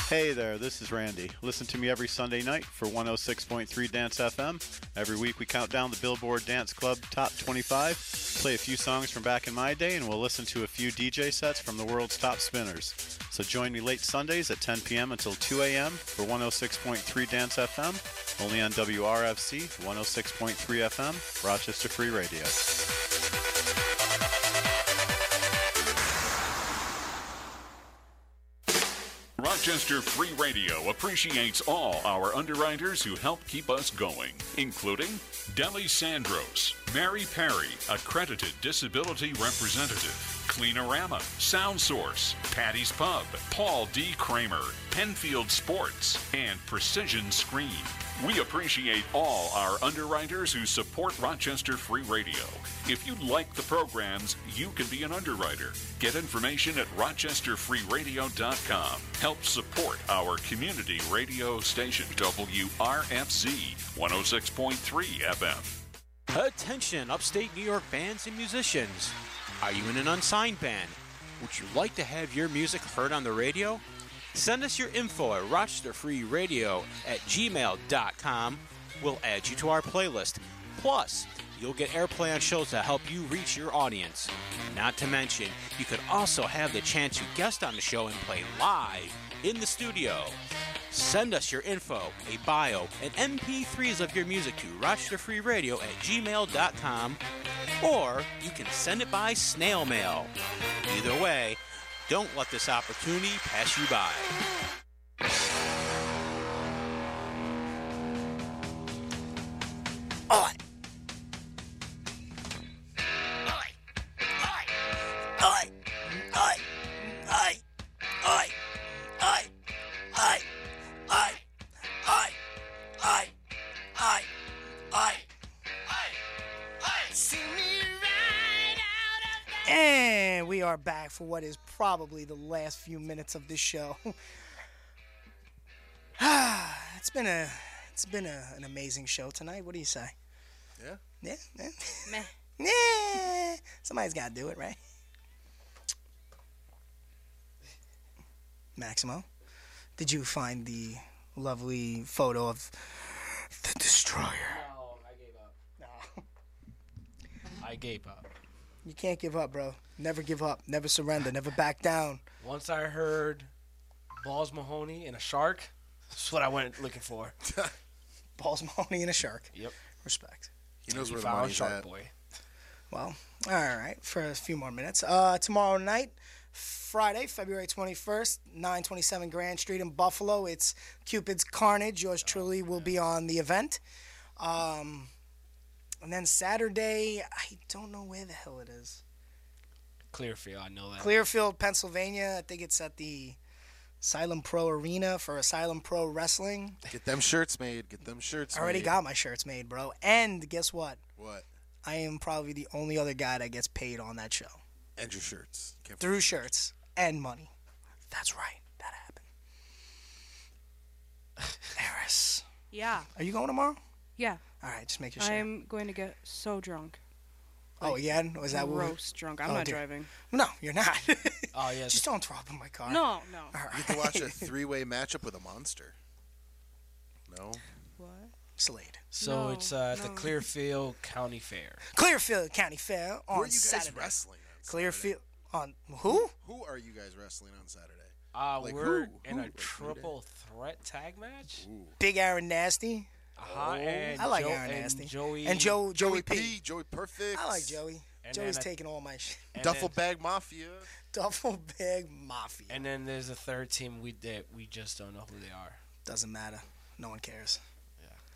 Speaker 15: Hey there, this is Randy. Listen to me every Sunday night for 106.3 Dance FM. Every week we count down the Billboard Dance Club Top 25, play a few songs from back in my day, and we'll listen to a few DJ sets from the world's top spinners. So join me late Sundays at 10 p.m. until 2 a.m. for 106.3 Dance FM, only on WRFC 106.3 FM, Rochester Free Radio.
Speaker 11: Rochester Free Radio appreciates all our underwriters who help keep us going, including Deli Sandros, Mary Perry, Accredited Disability Representative, Cleanorama, Sound Source, Patty's Pub, Paul D. Kramer, Penfield Sports, and Precision Screen. We appreciate all our underwriters who support Rochester Free Radio. If you like the programs, you can be an underwriter. Get information at rochesterfreeradio.com. Help support our community radio station, WRFZ 106.3 FM.
Speaker 13: Attention, upstate New York bands and musicians. Are you in an unsigned band? Would you like to have your music heard on the radio? Send us your info at rochesterfreeradio at gmail.com. We'll add you to our playlist. Plus, you'll get airplay on shows to help you reach your audience. Not to mention, you could also have the chance to guest on the show and play live in the studio. Send us your info, a bio, and MP3s of your music to rochesterfreeradio at gmail.com, or you can send it by snail mail. Either way, don't let this opportunity pass you by.
Speaker 7: Oi, oi, oi, oi, oi, oi, oi, oi, oi, oi, oi, oi. See me right
Speaker 1: And we are back for what is probably the last few minutes of this show. Ah, it's been a it's been a, an amazing show tonight. What do you say?
Speaker 4: Yeah.
Speaker 1: Yeah, yeah. yeah. Somebody's got to do it, right? Maximo, did you find the lovely photo of the destroyer?
Speaker 5: No, I gave up. I gave up.
Speaker 1: You can't give up, bro. Never give up. Never surrender. Never back down.
Speaker 5: Once I heard Balls Mahoney and a shark, that's what I went looking for.
Speaker 1: Balls Mahoney and a shark.
Speaker 5: Yep.
Speaker 1: Respect.
Speaker 4: He knows
Speaker 5: You
Speaker 4: where the
Speaker 5: found
Speaker 4: money's
Speaker 5: Shark
Speaker 4: at.
Speaker 5: Boy.
Speaker 1: Well, all right, for a few more minutes. Uh, tomorrow night, Friday, February 21st, 927 Grand Street in Buffalo. It's Cupid's Carnage. Yours truly will be on the event. Um, and then Saturday, I don't know where the hell it is.
Speaker 5: Clearfield, I know that.
Speaker 1: Clearfield, Pennsylvania. I think it's at the Asylum Pro Arena for Asylum Pro Wrestling.
Speaker 4: Get them shirts made. Get them shirts.
Speaker 1: I already
Speaker 4: made.
Speaker 1: got my shirts made, bro. And guess what?
Speaker 4: What?
Speaker 1: I am probably the only other guy that gets paid on that show.
Speaker 4: And your shirts. Can't
Speaker 1: through shirts and money. That's right. That happened. Eris,
Speaker 3: Yeah.
Speaker 1: are you going tomorrow?
Speaker 3: Yeah.
Speaker 1: All right, just make your sure.
Speaker 3: I'm going to get so drunk.
Speaker 1: oh, yeah? Was that what we-
Speaker 3: gross drunk? I'm
Speaker 1: Oh,
Speaker 3: not
Speaker 1: dear.
Speaker 3: driving.
Speaker 1: No, you're not.
Speaker 5: oh, yeah.
Speaker 1: Just don't throw up in my car.
Speaker 3: No, no.
Speaker 4: You can watch a three-way matchup with a monster. No.
Speaker 3: What?
Speaker 1: Slade.
Speaker 5: So
Speaker 1: No,
Speaker 5: it's uh, at the
Speaker 1: no.
Speaker 5: Clearfield County Fair.
Speaker 1: Clearfield County Fair on
Speaker 4: Where are you guys
Speaker 1: Saturday.
Speaker 4: wrestling
Speaker 1: Clearfield. On who?
Speaker 4: Who are you guys wrestling on Saturday?
Speaker 5: Uh,
Speaker 4: Like,
Speaker 5: we're
Speaker 4: who-
Speaker 5: in a
Speaker 4: who? Like, who they-
Speaker 5: triple threat tag match.
Speaker 1: Big Aaron Nasty.
Speaker 5: Uh-huh, and
Speaker 1: I like
Speaker 5: Joe-
Speaker 1: Aaron
Speaker 5: and
Speaker 1: Nasty.
Speaker 5: Joey-
Speaker 1: and Joe Joey,
Speaker 5: Joey
Speaker 1: P.
Speaker 5: P,
Speaker 4: Joey Perfect.
Speaker 1: I like Joey.
Speaker 5: And
Speaker 1: Joey's
Speaker 5: then I-
Speaker 1: taking all my shit.
Speaker 5: and
Speaker 4: Duffel
Speaker 5: then-
Speaker 4: Bag Mafia.
Speaker 1: Duffel bag mafia.
Speaker 5: And then there's a third team we that we just don't know who they are.
Speaker 1: Doesn't matter. No one cares.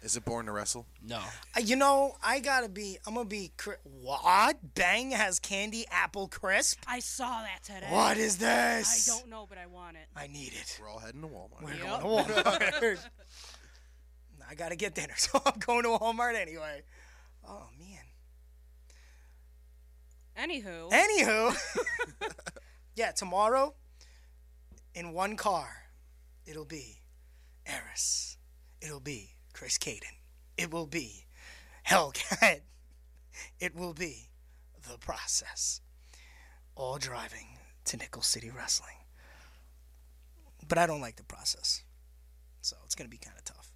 Speaker 4: Is it born to wrestle?
Speaker 5: No.
Speaker 1: Uh, You know, I gotta be. I'm gonna be. cri- What? Bang has candy apple crisp.
Speaker 3: I saw that today.
Speaker 1: What is this?
Speaker 3: I don't know, but I want it.
Speaker 1: I need it.
Speaker 4: We're all heading to Walmart.
Speaker 1: We're going to Walmart. I gotta get dinner, so I'm going to Walmart anyway. Oh man.
Speaker 3: Anywho.
Speaker 1: Anywho, yeah, tomorrow, in one car, it'll be Eris. It'll be Chris Caden. It will be Hellcat. It will be The Process. All driving to Nickel City Wrestling. But I don't like The Process. So it's going to be kind of tough.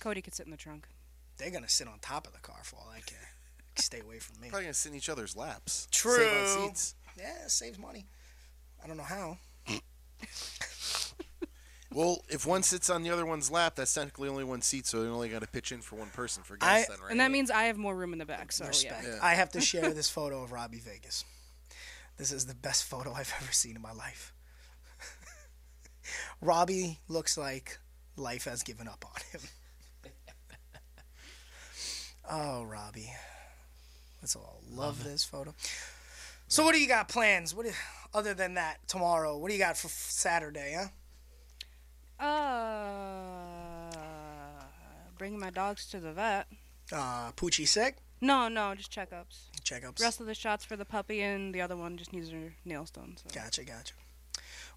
Speaker 3: Cody could sit in the trunk.
Speaker 1: They're going to sit on top of the car for all I care. Stay away from me.
Speaker 4: Probably gonna sit in each other's laps.
Speaker 1: True.
Speaker 4: Save on seats.
Speaker 1: Yeah, it saves money. I don't know how.
Speaker 4: Well, if one sits on the other one's lap, that's technically only one seat, so they only got to pitch in for one person for guests. then, right?
Speaker 3: And that means I have more room in the back. So
Speaker 1: Respect.
Speaker 3: yeah.
Speaker 1: Oh, I have to share this photo of Robbie Vegas. This is the best photo I've ever seen in my life. Robbie looks like life has given up on him. oh, Robbie. Let's all love,
Speaker 7: Love it.
Speaker 1: this photo. So, what do you got plans? What do, other than that tomorrow? What do you got for f- Saturday? Huh?
Speaker 3: Uh, bringing my dogs to the vet.
Speaker 1: Uh, Poochie sick.
Speaker 3: No, no, just checkups.
Speaker 1: Checkups.
Speaker 3: Rest of the shots for the puppy, and the other one just needs her nails done. So.
Speaker 1: Gotcha, gotcha.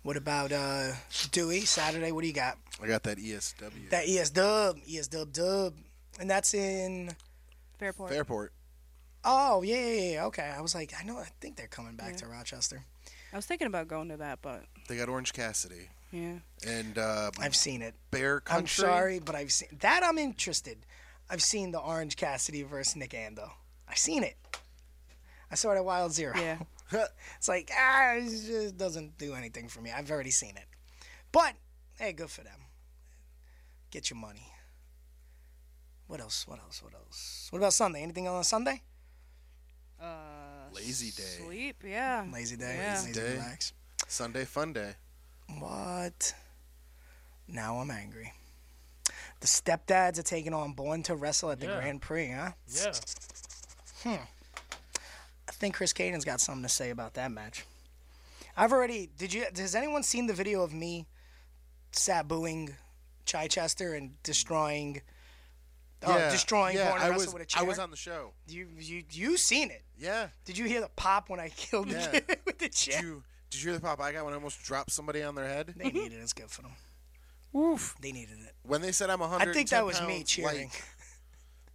Speaker 1: What about uh, Dewey Saturday? What do you got?
Speaker 4: I got that E ESW.
Speaker 1: That ES Dub, ES Dub Dub, and that's in
Speaker 3: Fairport.
Speaker 4: Fairport.
Speaker 1: Oh yeah, yeah, yeah. Okay, I was like, I know, I think they're coming back to Rochester.
Speaker 3: I was thinking about going to that, but
Speaker 4: They got Orange Cassidy.
Speaker 3: yeah.
Speaker 4: And uh,
Speaker 1: I've seen it.
Speaker 4: Bear Country.
Speaker 1: I'm sorry, but I've seen that. I'm interested. I've seen the Orange Cassidy versus Nick Ando. I've seen it. I saw it at Wild Zero.
Speaker 3: Yeah.
Speaker 1: it's like ah, it just doesn't do anything for me. I've already seen it, but hey, good for them. Get your money. What else? What else? What else? What about Sunday? Anything on Sunday?
Speaker 3: Uh,
Speaker 4: Lazy day.
Speaker 3: Sleep, yeah.
Speaker 1: Lazy day.
Speaker 3: Yeah.
Speaker 1: Lazy
Speaker 4: Day.
Speaker 1: relax.
Speaker 4: Sunday fun day.
Speaker 1: What? Now I'm angry. The stepdads are taking on Born to Wrestle at the
Speaker 5: Yeah.
Speaker 1: Grand Prix, huh?
Speaker 5: Yeah.
Speaker 1: Hmm. I think Chris Caden's got something to say about that match. I've already. Did you? Has anyone seen the video of me sabooing Chichester and destroying? Oh,
Speaker 4: Yeah,
Speaker 1: destroying
Speaker 4: yeah,
Speaker 1: Born to
Speaker 4: I
Speaker 1: Wrestle
Speaker 4: was-
Speaker 1: with a
Speaker 4: I
Speaker 1: chair.
Speaker 4: was on the show.
Speaker 1: You you you seen it?
Speaker 4: Yeah.
Speaker 1: Did you hear the pop when I killed
Speaker 4: Yeah.
Speaker 1: the kid with the chair?
Speaker 4: Did you did you hear the pop I got when I almost dropped somebody on their head?
Speaker 1: They needed it. It's good for them.
Speaker 4: Woof.
Speaker 1: They needed it.
Speaker 4: When they said I'm 100,
Speaker 1: I think that was me cheering.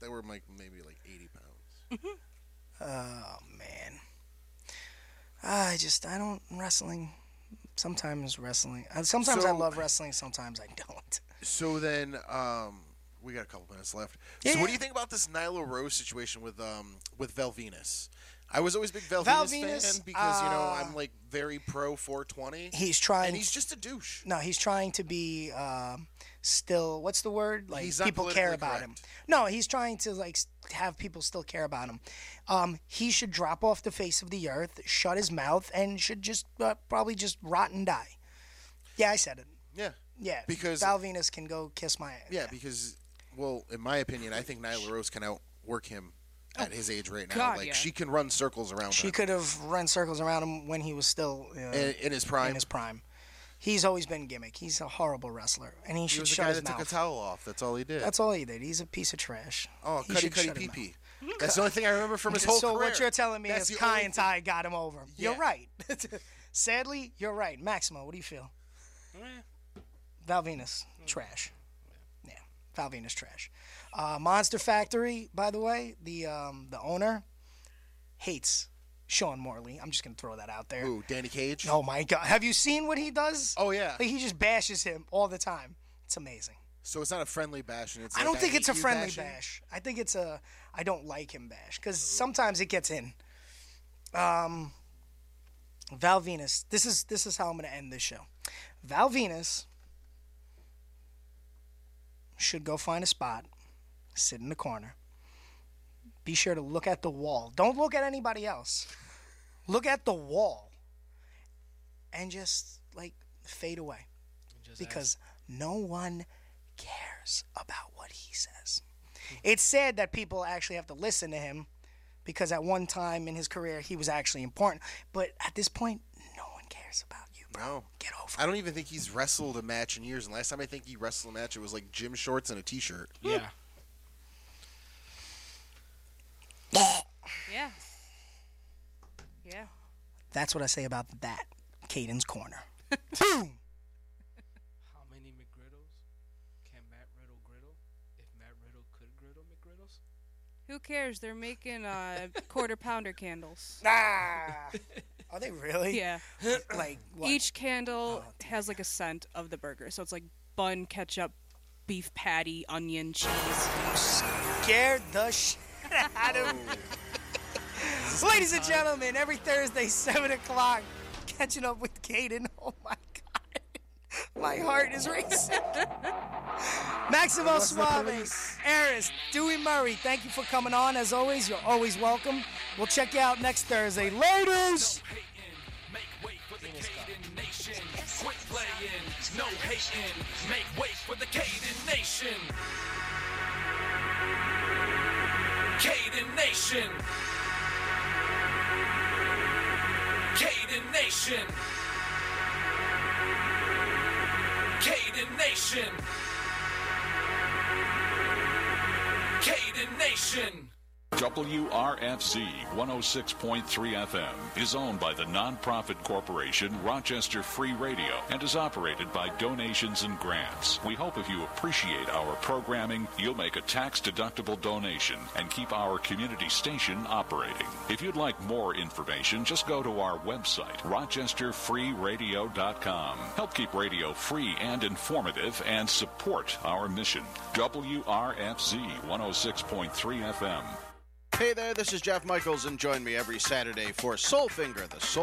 Speaker 4: they were like maybe like 80 pounds.
Speaker 1: Oh man. I just I don't wrestling. Sometimes wrestling. uh, Sometimes I
Speaker 4: So-
Speaker 1: love wrestling. Sometimes I don't.
Speaker 4: So then, um, we got a couple minutes left. so what do you think about this Nyla Rose situation with um with Velvenus? I was always a big Velvenus
Speaker 1: Val Venus,
Speaker 4: fan because you know
Speaker 1: uh,
Speaker 4: I'm like very pro 420.
Speaker 1: He's trying.
Speaker 4: and he's just a douche.
Speaker 1: No, he's trying to be um still. What's the word? Like
Speaker 4: He's not
Speaker 1: people care
Speaker 4: politically
Speaker 1: about him. No, he's trying to like s- have people still care about him. Um, he should drop off the face of the earth, shut his mouth, and should just uh, probably just rot and die. Yeah, I said it.
Speaker 4: Yeah.
Speaker 1: Yeah,
Speaker 4: Because-
Speaker 1: Val Venus can go kiss my. ass.
Speaker 4: Yeah, because well, in my opinion, I think Nyla Rose can outwork him at his age right now.
Speaker 1: Oh, God,
Speaker 4: like
Speaker 1: yeah.
Speaker 4: she can run circles around
Speaker 1: She
Speaker 4: him.
Speaker 1: could have run circles around him when he was still uh,
Speaker 4: In- in his prime?
Speaker 1: In his prime, he's always been gimmick. He's a horrible wrestler, and he
Speaker 4: He
Speaker 1: should
Speaker 4: was the
Speaker 1: shut
Speaker 4: guy
Speaker 1: his
Speaker 4: that took a
Speaker 1: mouth.
Speaker 4: towel off. That's all he did.
Speaker 1: That's all he did. He's a piece of trash.
Speaker 4: Oh,
Speaker 1: He
Speaker 4: Cuddy
Speaker 1: should
Speaker 4: Cuddy
Speaker 1: shut his
Speaker 4: Pee
Speaker 1: mouth.
Speaker 4: Pee. That's the only thing I remember from his
Speaker 1: Okay,
Speaker 4: whole
Speaker 1: so
Speaker 4: career.
Speaker 1: what you're telling me
Speaker 4: That's
Speaker 1: is
Speaker 4: the only
Speaker 1: Kai and Tai got him over. You're
Speaker 4: Yeah.
Speaker 1: right. Sadly, you're right. Maximo, what do you feel? Val Venus,
Speaker 4: Hmm.
Speaker 1: trash. Yeah, Val Venus, trash. Uh, Monster Factory, by the way, the um, the owner hates Sean Morley. I'm just gonna throw that out there.
Speaker 4: Ooh, Danny Cage.
Speaker 1: Oh my God, have you seen what he does?
Speaker 4: Oh yeah.
Speaker 1: Like, he just bashes him all the time. It's amazing.
Speaker 4: So it's not a friendly bashing. It's
Speaker 1: I
Speaker 4: like
Speaker 1: don't think
Speaker 4: hate
Speaker 1: it's a
Speaker 4: you
Speaker 1: friendly
Speaker 4: bashing?
Speaker 1: bash. I think it's a I don't like him bash because sometimes it gets in. Um, Val Venus. This is this is how I'm going to end this show. Val Venus should go find a spot, sit in the corner. Be sure to look at the wall. Don't look at anybody else. Look at the wall, and just like fade away, because no one cares about what he says. It's sad that people actually have to listen to him because at one time in his career he was actually important. But at this point, no one cares about you.
Speaker 4: No. Get over I don't even think he's wrestled a match in years. And last time I think he wrestled a match, it was like gym shorts and a t shirt.
Speaker 5: Yeah.
Speaker 3: Yeah. Yeah.
Speaker 1: That's what I say about that. Caden's corner. Boom.
Speaker 5: How many McGriddles can Matt Riddle griddle? If Matt Riddle could griddle McGriddles?
Speaker 3: Who cares? They're making uh, quarter pounder candles.
Speaker 1: Ah. Are they really?
Speaker 3: Yeah.
Speaker 1: like what? Oh,
Speaker 3: Each candle has like a scent of the burger. So it's like bun, ketchup, beef patty, onion, cheese.
Speaker 1: Scared the shit out of me. Ladies and gentlemen, every Thursday, 7 o'clock, catching up with Caden. Oh my God. My heart is racing. Maximo
Speaker 7: Unless the
Speaker 1: Suave,
Speaker 7: police-
Speaker 1: Eris, Dewey Murray, thank you for coming on. As always, you're always welcome. We'll check you out next Thursday. Ladies!
Speaker 2: Nation. Quit playing, no hating. Make way for the Caden Nation. Caden Nation. Caden Nation. Caden Nation. Caden Nation.
Speaker 11: WRFZ 106.3 FM is owned by the nonprofit corporation Rochester Free Radio and is operated by donations and grants. We hope if you appreciate our programming, you'll make a tax deductible donation and keep our community station operating. If you'd like more information, just go to our website, rochesterfreeradio.com. Help keep radio free and informative and support our mission. WRFZ 106.3 FM.
Speaker 16: Hey there, this is Jeff Michaels, and join me every Saturday for Soul Finger, the Soul.